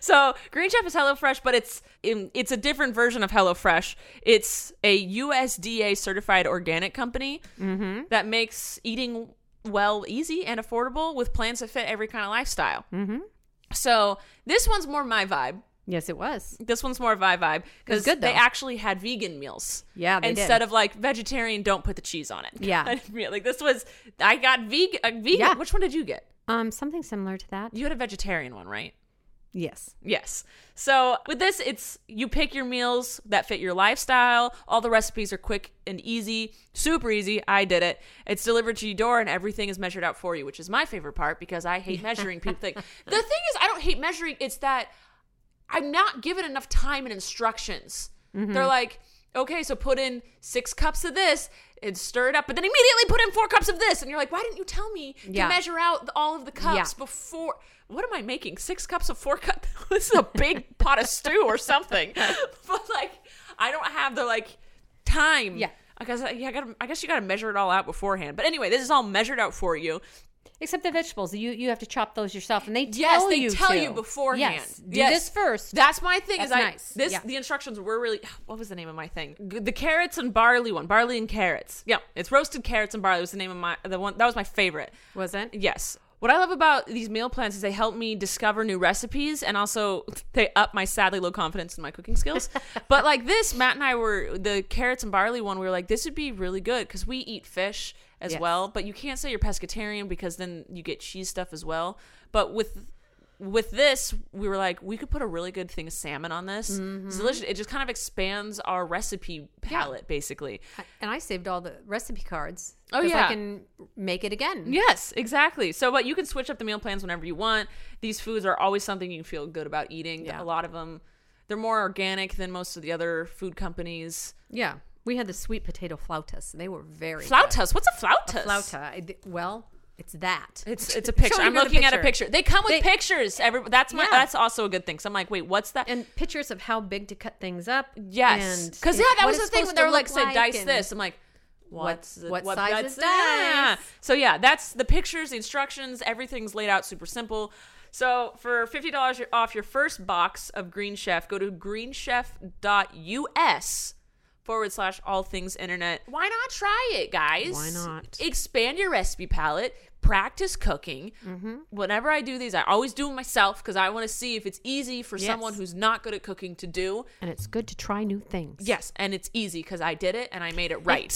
[SPEAKER 1] so Green Chef is HelloFresh, but it's in, it's a different version of HelloFresh. It's a USDA certified organic company
[SPEAKER 2] Mm-hmm.
[SPEAKER 1] that makes eating well easy and affordable with plans that fit every kind of lifestyle. Mm-hmm. So this one's more my vibe.
[SPEAKER 2] Yes, it was.
[SPEAKER 1] This one's more my vibe because
[SPEAKER 2] good,
[SPEAKER 1] they
[SPEAKER 2] though.
[SPEAKER 1] actually had vegan meals.
[SPEAKER 2] Yeah, they
[SPEAKER 1] instead
[SPEAKER 2] did.
[SPEAKER 1] of like vegetarian, don't put the cheese on it.
[SPEAKER 2] Yeah.
[SPEAKER 1] Kind of meal. like this was I got vegan. Uh, vegan.
[SPEAKER 2] Yeah.
[SPEAKER 1] Which one did you get?
[SPEAKER 2] Um, something similar to that.
[SPEAKER 1] You had a vegetarian one, right?
[SPEAKER 2] Yes.
[SPEAKER 1] Yes. So with this, it's you pick your meals that fit your lifestyle. All the recipes are quick and easy, super easy. I did it. It's delivered to your door, and everything is measured out for you, which is my favorite part because I hate measuring people. Think the thing is, I don't hate measuring. It's that I'm not given enough time and instructions. They're like, okay, so put in six cups of this and stir it up, but then immediately put in four cups of this, and you're like, why didn't you tell me
[SPEAKER 2] Yeah.
[SPEAKER 1] to measure out all of the cups before? What am I making? Six cups of four cups? this is a big pot of stew or something. But like, I don't have the like time.
[SPEAKER 2] Yeah.
[SPEAKER 1] I guess yeah, I, gotta, I guess you got to measure it all out beforehand. But anyway, this is all measured out for you.
[SPEAKER 2] Except the vegetables. You you have to chop those yourself, and they tell
[SPEAKER 1] Yes, they
[SPEAKER 2] you
[SPEAKER 1] tell
[SPEAKER 2] to.
[SPEAKER 1] you beforehand.
[SPEAKER 2] Yes, do
[SPEAKER 1] Yes.
[SPEAKER 2] this first.
[SPEAKER 1] That's my thing. is
[SPEAKER 2] That's
[SPEAKER 1] I
[SPEAKER 2] nice.
[SPEAKER 1] this
[SPEAKER 2] Yeah.
[SPEAKER 1] the instructions were really what was the name of my thing? G- The carrots and barley one, barley and carrots. Yeah, it's roasted carrots and barley was the name of my the one that was my favorite.
[SPEAKER 2] wasn't.
[SPEAKER 1] Yes. What I love about these meal plans is they help me discover new recipes and also they up my sadly low confidence in my cooking skills. but like this, Matt and I were the carrots and barley one. We were like, this would be really good because we eat fish as
[SPEAKER 2] Yes.
[SPEAKER 1] well. But you can't say you're pescatarian because then you get cheese stuff as well. But with with this, we were like, we could put a really good thing of salmon on this. It's delicious. It just kind of expands our recipe palette, basically.
[SPEAKER 2] And I saved all the recipe cards.
[SPEAKER 1] Oh,
[SPEAKER 2] 'cause
[SPEAKER 1] yeah.
[SPEAKER 2] I can make it again.
[SPEAKER 1] Yes, exactly. So, but you can switch up the meal plans whenever you want. These foods are always something you can feel good about eating.
[SPEAKER 2] Yeah.
[SPEAKER 1] A lot of them, they're more organic than most of the other food companies.
[SPEAKER 2] Yeah. We had the sweet potato flautas. They were very good.
[SPEAKER 1] Flautas. What's a flautas?
[SPEAKER 2] flauta. I d- well, it's that.
[SPEAKER 1] It's it's a picture.
[SPEAKER 2] Showing
[SPEAKER 1] I'm
[SPEAKER 2] her the
[SPEAKER 1] looking at a picture. They come with
[SPEAKER 2] They-
[SPEAKER 1] pictures. Every that's my
[SPEAKER 2] Yeah.
[SPEAKER 1] that's also a good thing. So I'm like, wait, what's that?
[SPEAKER 2] and pictures of how big to cut things up.
[SPEAKER 1] yes,
[SPEAKER 2] and
[SPEAKER 1] because
[SPEAKER 2] it-
[SPEAKER 1] yeah, that
[SPEAKER 2] what
[SPEAKER 1] was the
[SPEAKER 2] it's
[SPEAKER 1] thing when
[SPEAKER 2] supposed
[SPEAKER 1] they
[SPEAKER 2] to
[SPEAKER 1] were like,
[SPEAKER 2] look
[SPEAKER 1] say, dice
[SPEAKER 2] and-
[SPEAKER 1] this. I'm like. What's
[SPEAKER 2] what size
[SPEAKER 1] that's
[SPEAKER 2] is
[SPEAKER 1] that?
[SPEAKER 2] this?
[SPEAKER 1] So yeah, that's the pictures, the instructions, everything's laid out super simple. So for fifty dollars off your first box of Green Chef, go to greenchef.us forward slash all things internet. Why not try it, guys?
[SPEAKER 2] Why not?
[SPEAKER 1] Expand your recipe palette. Practice cooking. Whenever I do these, I always do them myself because I want to see if it's easy for
[SPEAKER 2] Yes.
[SPEAKER 1] someone who's not good at cooking to do.
[SPEAKER 2] And it's good to try new things.
[SPEAKER 1] Yes, and it's easy because I did it and I made it right.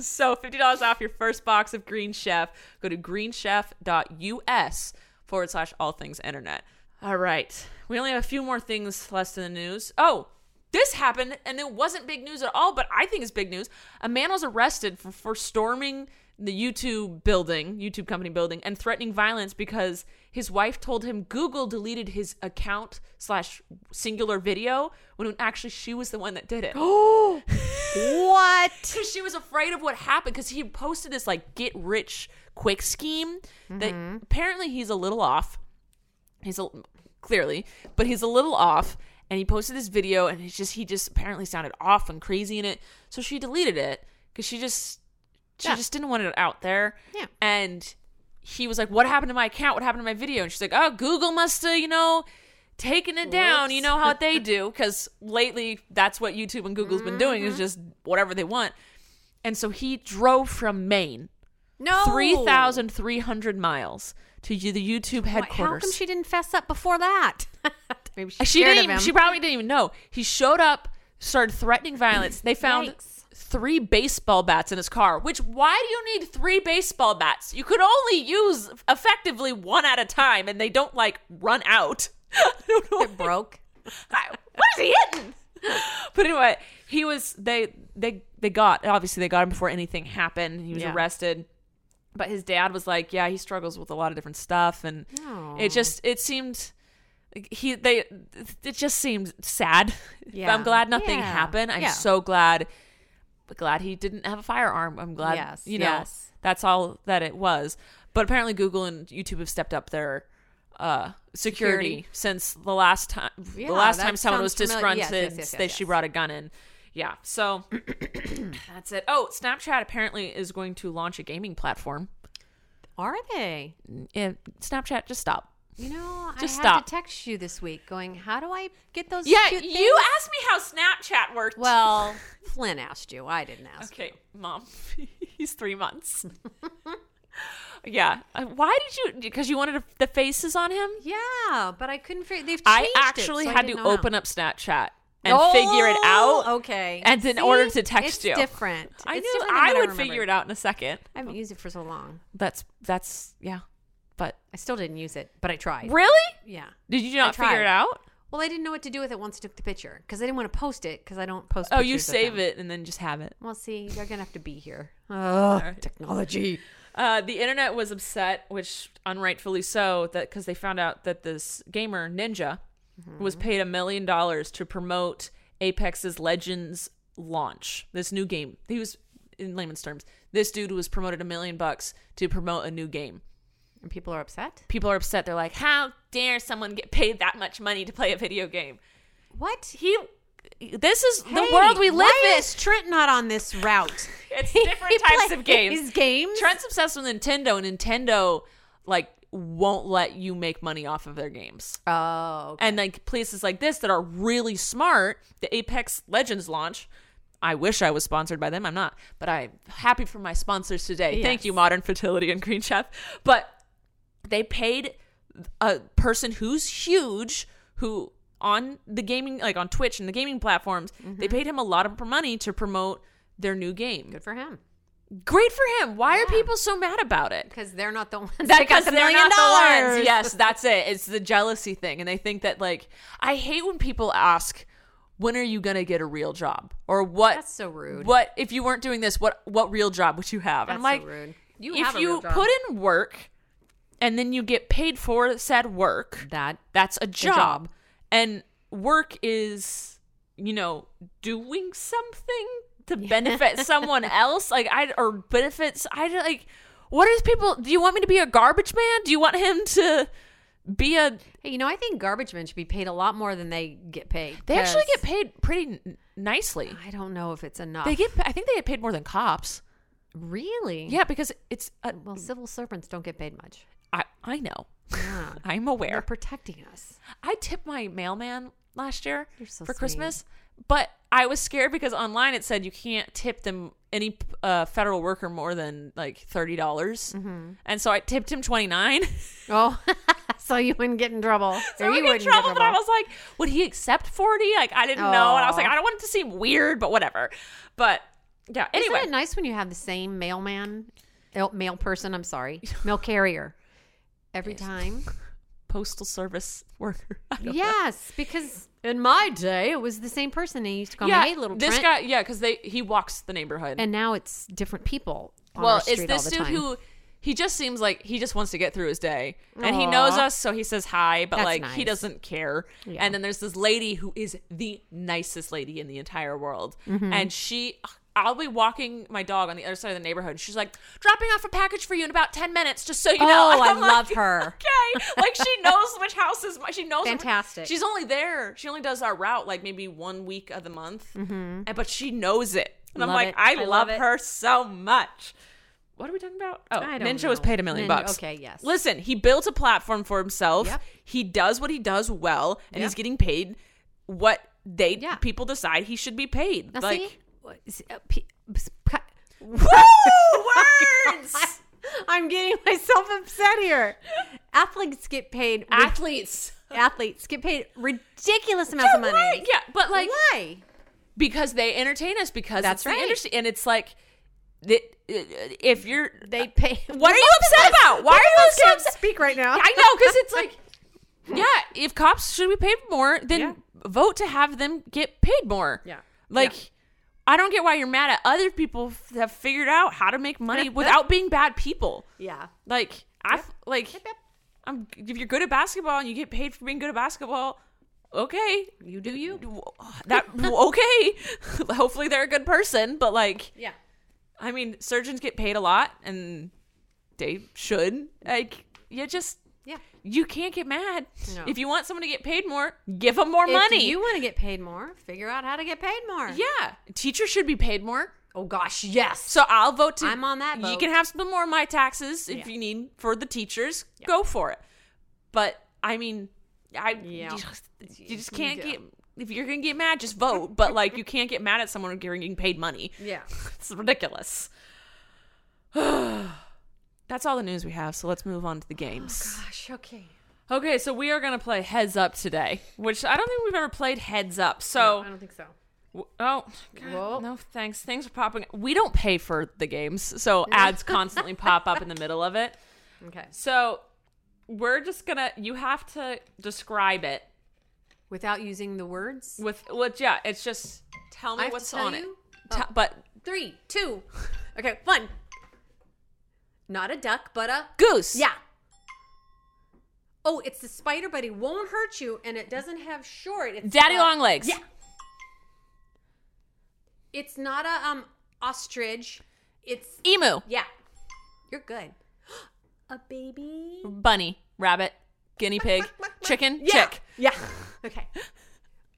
[SPEAKER 1] So fifty dollars off your first box of Green Chef. Go to greenchef.us forward slash all things internet. All right, we only have a few more things left in the news. Oh, this happened and it wasn't big news at all, but I think it's big news. A man was arrested for, for storming the YouTube building, YouTube company building, and threatening violence because his wife told him Google deleted his account slash singular video when actually she was the one that did it.
[SPEAKER 2] What?
[SPEAKER 1] because she was afraid of what happened because he posted this like get rich quick scheme that
[SPEAKER 2] Mm-hmm.
[SPEAKER 1] apparently he's a little off he's a, clearly but he's a little off and he posted this video and it's just he just apparently sounded off and crazy in it so she deleted it because she just she
[SPEAKER 2] Yeah.
[SPEAKER 1] just didn't want it out there
[SPEAKER 2] Yeah.
[SPEAKER 1] and he was like what happened to my account what happened to my video and she's like oh google must have you know taken it down you know how they do because lately that's what youtube and google's been doing
[SPEAKER 2] Mm-hmm.
[SPEAKER 1] is just whatever they want and so he drove from maine
[SPEAKER 2] No.
[SPEAKER 1] 3300 miles to y- the youtube
[SPEAKER 2] Why- How
[SPEAKER 1] headquarters
[SPEAKER 2] come she didn't fess up before that? Maybe she's
[SPEAKER 1] she
[SPEAKER 2] scared
[SPEAKER 1] didn't
[SPEAKER 2] of
[SPEAKER 1] even,
[SPEAKER 2] him.
[SPEAKER 1] she probably didn't even know he showed up started threatening violence they found
[SPEAKER 2] Yikes.
[SPEAKER 1] three baseball bats in his car which why do you need three baseball bats you could only use effectively one at a time and they don't like run out I don't know.
[SPEAKER 2] broke.
[SPEAKER 1] I- what he hitting? But anyway, he was they they they got obviously they got him before anything happened. He was
[SPEAKER 2] Yeah.
[SPEAKER 1] arrested. But his dad was like, yeah, he struggles with a lot of different stuff and
[SPEAKER 2] Aw.
[SPEAKER 1] it just it seemed he they it just seemed sad.
[SPEAKER 2] Yeah.
[SPEAKER 1] I'm glad nothing
[SPEAKER 2] Yeah.
[SPEAKER 1] happened. I'm
[SPEAKER 2] Yeah.
[SPEAKER 1] so glad glad he didn't have a firearm. I'm glad
[SPEAKER 2] Yes,
[SPEAKER 1] you know
[SPEAKER 2] yes.
[SPEAKER 1] that's all that it was. But apparently Google and YouTube have stepped up their uh security,
[SPEAKER 2] Security.
[SPEAKER 1] since the last time
[SPEAKER 2] Yeah,
[SPEAKER 1] the last
[SPEAKER 2] that
[SPEAKER 1] time someone was
[SPEAKER 2] sounds familiar.
[SPEAKER 1] disgruntled
[SPEAKER 2] Yes, yes, yes,
[SPEAKER 1] they,
[SPEAKER 2] yes,
[SPEAKER 1] she
[SPEAKER 2] yes.
[SPEAKER 1] brought a gun in. Yeah. So that's it. Oh, Snapchat apparently is going to launch a gaming platform.
[SPEAKER 2] Are they?
[SPEAKER 1] Yeah, Snapchat just stop.
[SPEAKER 2] You know,
[SPEAKER 1] Just
[SPEAKER 2] I had
[SPEAKER 1] stop.
[SPEAKER 2] to text you this week going, how do I get those
[SPEAKER 1] Yeah,
[SPEAKER 2] cute things?
[SPEAKER 1] you asked me how Snapchat worked.
[SPEAKER 2] Well, Flynn asked you. I didn't ask.
[SPEAKER 1] okay, mom, he's three months. yeah, Uh, why did you? Because you wanted a, the faces on him.
[SPEAKER 2] Yeah, but I couldn't figure. They've changed
[SPEAKER 1] I actually had to open up Snapchat and figure it out.
[SPEAKER 2] Oh, Okay.
[SPEAKER 1] and in
[SPEAKER 2] See?
[SPEAKER 1] order to text
[SPEAKER 2] it's
[SPEAKER 1] you.
[SPEAKER 2] different.
[SPEAKER 1] I
[SPEAKER 2] It's
[SPEAKER 1] knew
[SPEAKER 2] different than
[SPEAKER 1] I
[SPEAKER 2] what
[SPEAKER 1] would figure it out in a second.
[SPEAKER 2] I haven't used it for so long.
[SPEAKER 1] That's that's yeah. But
[SPEAKER 2] I still didn't use it, but I tried.
[SPEAKER 1] really,
[SPEAKER 2] Yeah.
[SPEAKER 1] did you not figure
[SPEAKER 2] tried.
[SPEAKER 1] it out?
[SPEAKER 2] Well, I didn't know what to do with it once I took the picture because I didn't want to post it because I don't post.
[SPEAKER 1] Oh, you
[SPEAKER 2] pictures of
[SPEAKER 1] save
[SPEAKER 2] them.
[SPEAKER 1] it and then just have it.
[SPEAKER 2] Well, see, you're gonna have to be here. Ugh,
[SPEAKER 1] right.
[SPEAKER 2] technology.
[SPEAKER 1] Uh, the internet was upset, which unrightfully so, that because they found out that this gamer Ninja
[SPEAKER 2] Mm-hmm.
[SPEAKER 1] was paid a million dollars to promote Apex's Legends launch, this new game. He was in layman's terms, this dude was promoted a million bucks to promote a new game.
[SPEAKER 2] And people are upset.
[SPEAKER 1] People are upset. They're like, "How dare someone get paid that much money to play a video game?"
[SPEAKER 2] What?
[SPEAKER 1] He, this is the
[SPEAKER 2] Hey,
[SPEAKER 1] world we live
[SPEAKER 2] why
[SPEAKER 1] in.
[SPEAKER 2] is Trent not on this route?
[SPEAKER 1] It's
[SPEAKER 2] He
[SPEAKER 1] different types of games.
[SPEAKER 2] plays games.
[SPEAKER 1] Trent's obsessed with Nintendo, and Nintendo like won't let you make money off of their games.
[SPEAKER 2] Oh, okay.
[SPEAKER 1] And like places like this that are really smart, the Apex Legends launch. I wish I was sponsored by them. I'm not, but I'm happy for my sponsors today. Thank
[SPEAKER 2] Yes.
[SPEAKER 1] you, Modern Fertility and Green Chef. But they paid a person who's huge who on the gaming like on Twitch and the gaming platforms, they paid him a lot of money to promote their new game
[SPEAKER 2] Mm-hmm. good for him
[SPEAKER 1] great for him. Why are people so mad about it?
[SPEAKER 2] because they're not the ones
[SPEAKER 1] That
[SPEAKER 2] that got the
[SPEAKER 1] they're
[SPEAKER 2] million
[SPEAKER 1] not the
[SPEAKER 2] dollars.
[SPEAKER 1] ones. Yes, that's it. It's the jealousy thing, and they think that like I hate when people ask, "When are you gonna get a real job?" or "What?"
[SPEAKER 2] That's so rude.
[SPEAKER 1] What if you weren't doing this? What what real job would you have?
[SPEAKER 2] That's
[SPEAKER 1] and I'm like,
[SPEAKER 2] so rude. You
[SPEAKER 1] if
[SPEAKER 2] have a
[SPEAKER 1] you
[SPEAKER 2] real job.
[SPEAKER 1] put in work, and then you get paid for said work,
[SPEAKER 2] that
[SPEAKER 1] that's a job.
[SPEAKER 2] job.
[SPEAKER 1] And work is, you know, doing something to benefit someone else. Like I or benefits I don't- like what is people do you want me to be a garbage man? Do you want him to be a
[SPEAKER 2] Hey, you know, I think garbage men should be paid a lot more than they get paid.
[SPEAKER 1] They actually get
[SPEAKER 2] 'cause
[SPEAKER 1] paid pretty n- nicely.
[SPEAKER 2] I don't know if it's enough.
[SPEAKER 1] They get I think they get paid more than cops.
[SPEAKER 2] really.
[SPEAKER 1] Yeah, because it's a,
[SPEAKER 2] Well, civil servants don't get paid much.
[SPEAKER 1] I I know.
[SPEAKER 2] Yeah.
[SPEAKER 1] I'm
[SPEAKER 2] They're
[SPEAKER 1] aware.
[SPEAKER 2] protecting us.
[SPEAKER 1] I tipped my mailman last year
[SPEAKER 2] You're so
[SPEAKER 1] for
[SPEAKER 2] sweet.
[SPEAKER 1] Christmas, but I was scared because online it said you can't tip them any uh, federal worker more than like thirty dollars,
[SPEAKER 2] Mm-hmm.
[SPEAKER 1] and so I tipped him twenty nine.
[SPEAKER 2] Oh, so you wouldn't get in trouble.
[SPEAKER 1] so I
[SPEAKER 2] or you
[SPEAKER 1] got in
[SPEAKER 2] wouldn't
[SPEAKER 1] trouble,
[SPEAKER 2] get
[SPEAKER 1] but I was like, would he accept forty? Like I didn't know, and I was like,
[SPEAKER 2] Aw.
[SPEAKER 1] I don't want it to seem weird, but whatever. But yeah, anyway,
[SPEAKER 2] Isn't it nice when you have the same mailman, el- mail person? I'm sorry, mail carrier. Every time,
[SPEAKER 1] postal service worker. I don't
[SPEAKER 2] yes, because in my day it was the same person. They used to
[SPEAKER 1] know.
[SPEAKER 2] call me, "Hey, little
[SPEAKER 1] this
[SPEAKER 2] Trent,"
[SPEAKER 1] guy, yeah, because they he walks the neighborhood.
[SPEAKER 2] and now it's different people. on
[SPEAKER 1] well
[SPEAKER 2] our
[SPEAKER 1] it's
[SPEAKER 2] street all
[SPEAKER 1] this
[SPEAKER 2] the
[SPEAKER 1] dude
[SPEAKER 2] time.
[SPEAKER 1] who he just seems like he just wants to get through his day and he knows
[SPEAKER 2] Aw.
[SPEAKER 1] us so he says hi but
[SPEAKER 2] That's
[SPEAKER 1] like he
[SPEAKER 2] nice.
[SPEAKER 1] doesn't care
[SPEAKER 2] Yeah.
[SPEAKER 1] and then there's this lady who is the nicest lady in the entire world
[SPEAKER 2] Mm-hmm.
[SPEAKER 1] and she I'll be walking my dog on the other side of the neighborhood. and She's like, dropping off a package for you in about 10 minutes, just so you know.
[SPEAKER 2] Oh,
[SPEAKER 1] And
[SPEAKER 2] I
[SPEAKER 1] I'm
[SPEAKER 2] love
[SPEAKER 1] like,
[SPEAKER 2] her.
[SPEAKER 1] Okay. Like, she knows which house is my, she knows. which-
[SPEAKER 2] Fantastic.
[SPEAKER 1] she's only there. She only does our route like maybe one week of the month. And, but she knows it. And I'm
[SPEAKER 2] Mm-hmm. Love
[SPEAKER 1] like,
[SPEAKER 2] it.
[SPEAKER 1] I,
[SPEAKER 2] I
[SPEAKER 1] love
[SPEAKER 2] love it.
[SPEAKER 1] her so much what are we talking about? Oh,
[SPEAKER 2] I don't
[SPEAKER 1] Ninja was
[SPEAKER 2] know.
[SPEAKER 1] paid a million
[SPEAKER 2] Nin-
[SPEAKER 1] bucks.
[SPEAKER 2] okay, yes.
[SPEAKER 1] Listen, he built a platform for himself.
[SPEAKER 2] Yep.
[SPEAKER 1] He does what he does well, and he's
[SPEAKER 2] Yep.
[SPEAKER 1] getting paid what they
[SPEAKER 2] Yeah.
[SPEAKER 1] people decide he should be paid.
[SPEAKER 2] Now,
[SPEAKER 1] like,
[SPEAKER 2] see? What is- uh, p- s- cut. Oh
[SPEAKER 1] woo, words.
[SPEAKER 2] I'm getting myself upset here. Athletes get paid. rid-
[SPEAKER 1] Athletes.
[SPEAKER 2] athletes get paid ridiculous amounts of money.
[SPEAKER 1] Right? Yeah, but like
[SPEAKER 2] why?
[SPEAKER 1] because they entertain us because
[SPEAKER 2] That's
[SPEAKER 1] it's the
[SPEAKER 2] right.
[SPEAKER 1] industry, and it's like that. If you're,
[SPEAKER 2] They pay.
[SPEAKER 1] what are you upset about? Why are you so
[SPEAKER 2] can't
[SPEAKER 1] upset?
[SPEAKER 2] speak right now.
[SPEAKER 1] I know because it's like, yeah, if cops should be paid more, then vote to have them get paid more.
[SPEAKER 2] Yeah.
[SPEAKER 1] Like, I don't get why you're mad at other people f- have figured out how to make money without being bad people.
[SPEAKER 2] Yeah.
[SPEAKER 1] Like, I f- like, I'm if you're good at basketball and you get paid for being good at basketball, okay,
[SPEAKER 2] You do you.
[SPEAKER 1] that okay. Hopefully they're a good person, but like,
[SPEAKER 2] Yeah.
[SPEAKER 1] I mean, surgeons get paid a lot, and they should. Like, you just
[SPEAKER 2] Yeah.
[SPEAKER 1] you can't get mad.
[SPEAKER 2] No.
[SPEAKER 1] If you want someone to get paid more, give them more
[SPEAKER 2] If
[SPEAKER 1] money.
[SPEAKER 2] you want to get paid more, figure out how to get paid more.
[SPEAKER 1] yeah, teachers should be paid more.
[SPEAKER 2] Oh gosh, yes.
[SPEAKER 1] So I'll vote to.
[SPEAKER 2] I'm on that
[SPEAKER 1] You
[SPEAKER 2] boat.
[SPEAKER 1] can have some more of my taxes if
[SPEAKER 2] Yeah.
[SPEAKER 1] you need for the teachers. Go for it. But I mean, I
[SPEAKER 2] Yeah.
[SPEAKER 1] you, just, you just can't
[SPEAKER 2] Yeah.
[SPEAKER 1] get. If you're gonna get mad, just vote. But like, you can't get mad at someone for getting paid money.
[SPEAKER 2] Yeah.
[SPEAKER 1] It's ridiculous. That's all the news we have. So let's move on to the games.
[SPEAKER 2] Gosh, okay.
[SPEAKER 1] okay, so we are gonna play Heads Up today, which I don't think we've ever played Heads Up.
[SPEAKER 2] Oh,
[SPEAKER 1] So
[SPEAKER 2] I don't think so.
[SPEAKER 1] W- Oh, God,
[SPEAKER 2] Whoa.
[SPEAKER 1] no thanks. Things are popping. We don't pay for the games, so ads constantly pop up in the middle of it.
[SPEAKER 2] Okay.
[SPEAKER 1] So we're just gonna. You have to describe it
[SPEAKER 2] Without using the words.
[SPEAKER 1] with. Well, yeah, it's just tell
[SPEAKER 2] I
[SPEAKER 1] me
[SPEAKER 2] have to
[SPEAKER 1] what's
[SPEAKER 2] tell
[SPEAKER 1] on
[SPEAKER 2] you? Oh.
[SPEAKER 1] it. Te- but
[SPEAKER 2] Three, two. Okay, one. Not a duck, but a
[SPEAKER 1] goose.
[SPEAKER 2] yeah. Oh, it's the spider, but he won't hurt you, and it doesn't have short. It's
[SPEAKER 1] Daddy
[SPEAKER 2] got-
[SPEAKER 1] long legs.
[SPEAKER 2] Uh, Yeah. It's not a um ostrich. It's
[SPEAKER 1] Emu.
[SPEAKER 2] yeah. You're good. A baby.
[SPEAKER 1] Bunny. Rabbit. Guinea pig. chicken.
[SPEAKER 2] Yeah.
[SPEAKER 1] Chick.
[SPEAKER 2] Yeah. Okay.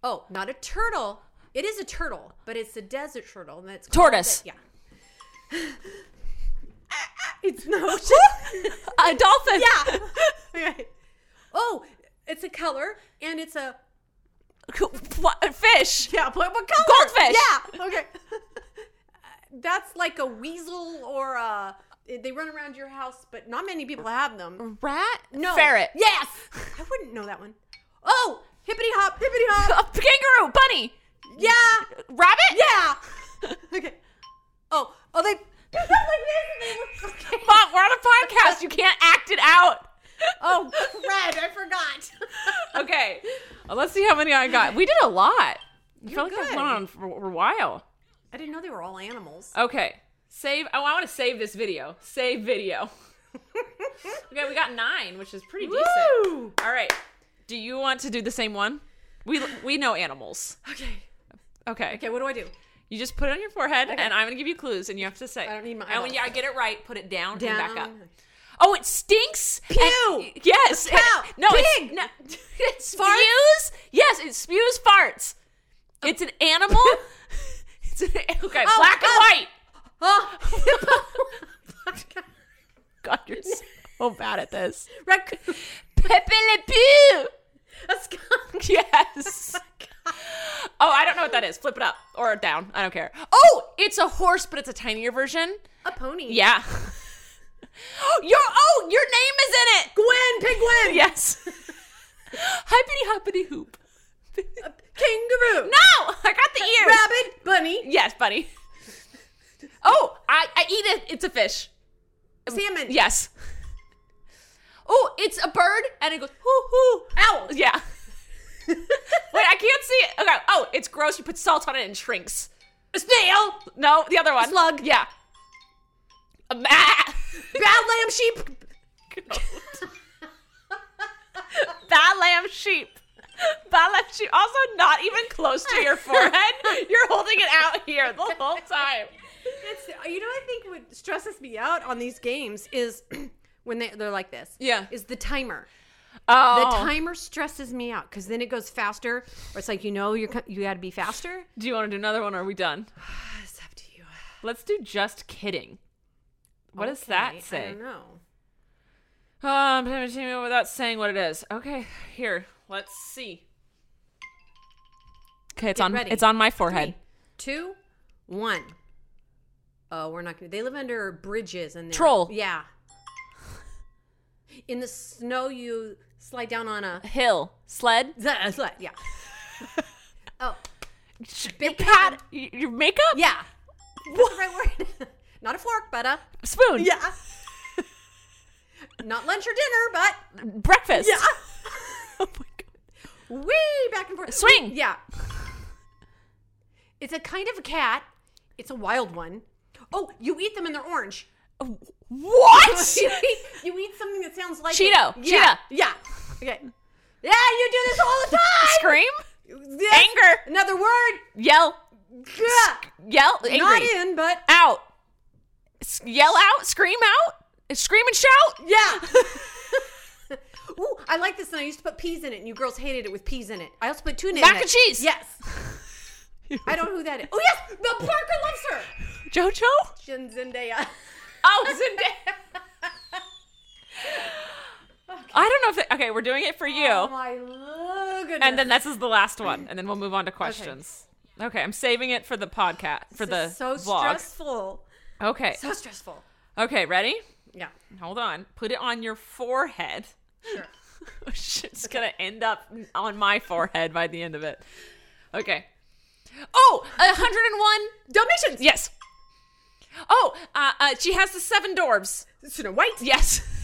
[SPEAKER 2] Oh, not a turtle. It is a turtle, but it's a desert turtle, and it's called
[SPEAKER 1] Tortoise.
[SPEAKER 2] a- yeah. it's no.
[SPEAKER 1] A dolphin.
[SPEAKER 2] yeah. Okay. Oh, it's a color, and it's a
[SPEAKER 1] What- Fish.
[SPEAKER 2] yeah. What, what color?
[SPEAKER 1] Goldfish.
[SPEAKER 2] Yeah. Okay. Uh, That's like a weasel or a. They run around your house, but not many people have them.
[SPEAKER 1] Rat.
[SPEAKER 2] No.
[SPEAKER 1] Ferret.
[SPEAKER 2] Yes. I wouldn't know that one. Oh, hippity hop, hippity hop.
[SPEAKER 1] A kangaroo. Bunny.
[SPEAKER 2] Yeah.
[SPEAKER 1] Rabbit.
[SPEAKER 2] Yeah. Okay. Oh, oh, they. they look like this and they look-
[SPEAKER 1] Mom, we're on a podcast. You can't act it out.
[SPEAKER 2] Oh, red. I forgot.
[SPEAKER 1] Okay. Uh, Let's see how many I got. We did a lot. I feel like that
[SPEAKER 2] good.
[SPEAKER 1] went on for, for a while.
[SPEAKER 2] I didn't know they were all animals.
[SPEAKER 1] Okay. Save. Oh, I want to save this video. Save video. okay, we got nine, which is pretty decent.
[SPEAKER 2] Woo!
[SPEAKER 1] All right. Do you want to do the same one? We we know animals.
[SPEAKER 2] Okay.
[SPEAKER 1] Okay.
[SPEAKER 2] Okay, what do I do?
[SPEAKER 1] You just put it on your forehead, and I'm gonna give you clues, and you have to say.
[SPEAKER 2] I don't need my
[SPEAKER 1] And when you,
[SPEAKER 2] eyeballs.
[SPEAKER 1] I get it right, put it down, and back up.
[SPEAKER 2] Down.
[SPEAKER 1] Oh, it stinks.
[SPEAKER 2] Pew!
[SPEAKER 1] And- yes. and-
[SPEAKER 2] Cow!
[SPEAKER 1] no. it's-
[SPEAKER 2] Pig!
[SPEAKER 1] no. It spews. Yes, it spews farts. It's an animal. it's an, okay. black
[SPEAKER 2] oh.
[SPEAKER 1] and white.
[SPEAKER 2] Oh.
[SPEAKER 1] God, you're so bad at this.
[SPEAKER 2] Raccoon.
[SPEAKER 1] Pepe Le Pew.
[SPEAKER 2] A skunk.
[SPEAKER 1] Yes. Oh, I don't know what that is. Flip it up or down. I don't care. Oh, it's a horse, but it's a tinier version.
[SPEAKER 2] A pony.
[SPEAKER 1] Yeah. your oh, your name is in it.
[SPEAKER 2] Gwen. Penguin.
[SPEAKER 1] Yes. Hippity hoppity hoop.
[SPEAKER 2] A kangaroo.
[SPEAKER 1] No, I got the ears.
[SPEAKER 2] Rabbit. Bunny.
[SPEAKER 1] Yes, bunny. Oh, I, I eat it. It's a fish.
[SPEAKER 2] Salmon.
[SPEAKER 1] Yes. Oh, it's a bird, and it goes hoo hoo.
[SPEAKER 2] Owl.
[SPEAKER 1] Yeah. Wait, I can't see it. Okay. Oh, it's gross. You put salt on it and it shrinks. A snail. No, the other one.
[SPEAKER 2] Slug.
[SPEAKER 1] Yeah. A mat.
[SPEAKER 2] Bad lamb sheep.
[SPEAKER 1] Bad lamb sheep. Bad lamb sheep. Also, not even close to your forehead. You're holding it out here the whole time.
[SPEAKER 2] It's, you know, I think what stresses me out on these games is when they, they're like this.
[SPEAKER 1] Yeah.
[SPEAKER 2] Is the timer. The
[SPEAKER 1] Oh.
[SPEAKER 2] timer stresses me out because then it goes faster, or it's like you know you're co- you got to be faster.
[SPEAKER 1] Do you want to do another one or are we done?
[SPEAKER 2] It's up to you.
[SPEAKER 1] Let's do just kidding. What does that say?
[SPEAKER 2] I don't know.
[SPEAKER 1] Um, Pimagino without saying what it is. Okay, here, let's see. Okay, it's
[SPEAKER 2] Get
[SPEAKER 1] on.
[SPEAKER 2] ready.
[SPEAKER 1] It's on my forehead.
[SPEAKER 2] Two, one. Oh, we're not gonna. They live under bridges and they're-
[SPEAKER 1] Troll.
[SPEAKER 2] Yeah. In the snow, you slide down on a.
[SPEAKER 1] Hill sled.
[SPEAKER 2] Zah, sled, Yeah. oh,
[SPEAKER 1] Your
[SPEAKER 2] Big
[SPEAKER 1] pad. y- Your makeup.
[SPEAKER 2] yeah. What's the right word? not a fork, but a.
[SPEAKER 1] Spoon.
[SPEAKER 2] Yeah. not lunch or dinner, but
[SPEAKER 1] Breakfast.
[SPEAKER 2] yeah.
[SPEAKER 1] Oh my god.
[SPEAKER 2] Wee back and forth.
[SPEAKER 1] Swing!
[SPEAKER 2] Yeah. It's a kind of a cat. It's a wild one. Oh, you eat them and they're orange.
[SPEAKER 1] What?
[SPEAKER 2] you, eat, you eat something that sounds like
[SPEAKER 1] Cheeto.
[SPEAKER 2] It. Yeah.
[SPEAKER 1] Cheetah.
[SPEAKER 2] Yeah. Okay. Yeah, you do this all the time.
[SPEAKER 1] Scream?
[SPEAKER 2] Yes.
[SPEAKER 1] Anger.
[SPEAKER 2] Another word.
[SPEAKER 1] Yell.
[SPEAKER 2] Yeah.
[SPEAKER 1] Yell. Angry.
[SPEAKER 2] Not in, but
[SPEAKER 1] Out. S- yell out. Scream out. Scream and shout.
[SPEAKER 2] yeah. Ooh, I like this, and I used to put peas in it, and you girls hated it with peas in it. I also put tuna in
[SPEAKER 1] Mac
[SPEAKER 2] it.
[SPEAKER 1] and cheese.
[SPEAKER 2] Yes. I don't know who that is. Oh yes, the Parker loves her.
[SPEAKER 1] JoJo?
[SPEAKER 2] Shin Zendaya.
[SPEAKER 1] Oh, Zendaya. I don't know if they, okay, we're doing it for you.
[SPEAKER 2] Oh my lo- goodness.
[SPEAKER 1] and then this is the last one, and then we'll move on to questions. Okay, I'm saving it for the podcast for the
[SPEAKER 2] This is so
[SPEAKER 1] vlog.
[SPEAKER 2] stressful.
[SPEAKER 1] okay,
[SPEAKER 2] So stressful.
[SPEAKER 1] okay, ready?
[SPEAKER 2] Yeah.
[SPEAKER 1] Hold on. Put it on your forehead.
[SPEAKER 2] Sure.
[SPEAKER 1] Oh, shit, It's gonna end up on my forehead by the end of it. Okay. Oh, 101
[SPEAKER 2] Dalmatians.
[SPEAKER 1] Yes. Oh, uh, uh, she has the seven dwarves.
[SPEAKER 2] Snow White.
[SPEAKER 1] Yes.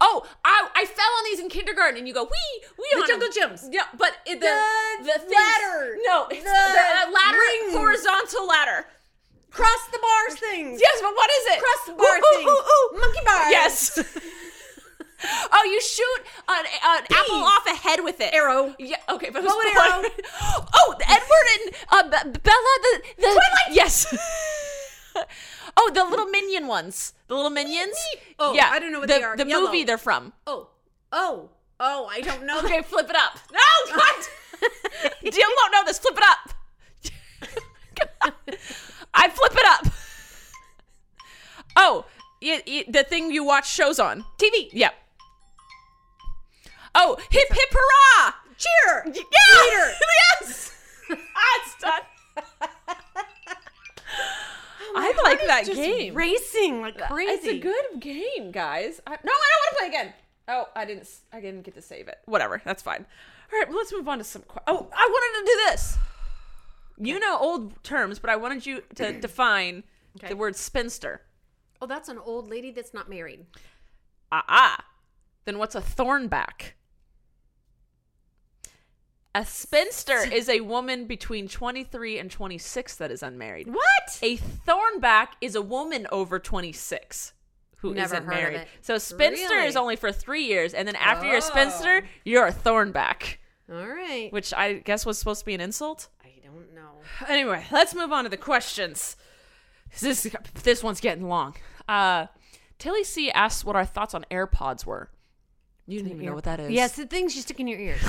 [SPEAKER 1] Oh, I, I fell on these in kindergarten, and you go wee wee
[SPEAKER 2] The
[SPEAKER 1] on 'em."
[SPEAKER 2] jungle gyms.
[SPEAKER 1] Yeah, but it, the
[SPEAKER 2] The
[SPEAKER 1] the things-
[SPEAKER 2] ladder.
[SPEAKER 1] No, it's the,
[SPEAKER 2] The
[SPEAKER 1] uh, ladder
[SPEAKER 2] ring.
[SPEAKER 1] horizontal ladder.
[SPEAKER 2] Cross the bars things.
[SPEAKER 1] Yes, but what is it?
[SPEAKER 2] Cross
[SPEAKER 1] Ooh,
[SPEAKER 2] bar
[SPEAKER 1] ooh,
[SPEAKER 2] things.
[SPEAKER 1] ooh, ooh.
[SPEAKER 2] Monkey bars.
[SPEAKER 1] Yes. oh, you shoot an, an apple off a head with it.
[SPEAKER 2] Arrow.
[SPEAKER 1] Yeah. Okay, but it
[SPEAKER 2] Bow
[SPEAKER 1] was
[SPEAKER 2] and
[SPEAKER 1] bow- Oh, Edward and uh, B- Bella. The, the Twilight. Yes. oh, the little minion ones. The little minions.
[SPEAKER 2] Oh, I don't know what
[SPEAKER 1] the,
[SPEAKER 2] they are.
[SPEAKER 1] The
[SPEAKER 2] Yellow.
[SPEAKER 1] movie they're from.
[SPEAKER 2] Oh. Oh. Oh, I don't know.
[SPEAKER 1] Okay, flip it up. No, what? Jim won't know this. Flip it up. I flip it up. Oh, y- y- the thing you watch shows on.
[SPEAKER 2] TV.
[SPEAKER 1] Yep. Oh, hip hip hurrah!
[SPEAKER 2] Cheer.
[SPEAKER 1] Yeah!
[SPEAKER 2] Leader.
[SPEAKER 1] yes! Ah, it's done. I like that game.
[SPEAKER 2] Racing like crazy.
[SPEAKER 1] It's a good game, guys. I, no, I don't want to play again. Oh, I didn't. s- I didn't get to save it. Whatever, that's fine. All right, well, let's move on to some. que- Oh, I wanted to do this. You know old terms, but I wanted you to define
[SPEAKER 2] Okay.
[SPEAKER 1] the word spinster.
[SPEAKER 2] Oh, that's an old lady that's not married.
[SPEAKER 1] Ah ah. Then what's a thornback? A spinster is a woman between 23 and 26 that is unmarried.
[SPEAKER 2] What?
[SPEAKER 1] A thornback is a woman over 26 who
[SPEAKER 2] Never
[SPEAKER 1] not
[SPEAKER 2] heard of
[SPEAKER 1] married.
[SPEAKER 2] it.
[SPEAKER 1] So spinster is
[SPEAKER 2] Really?
[SPEAKER 1] only for 3 years and then after you're a
[SPEAKER 2] Oh.
[SPEAKER 1] spinster, you're a thornback,
[SPEAKER 2] All right.
[SPEAKER 1] which I guess was supposed to be an insult.
[SPEAKER 2] I don't know.
[SPEAKER 1] Anyway, let's move on to the questions. This this one's getting long. Uh Tilly C asks what our thoughts on AirPods were. You didn't even know what that is.
[SPEAKER 2] Yes, the things you stick in your ears.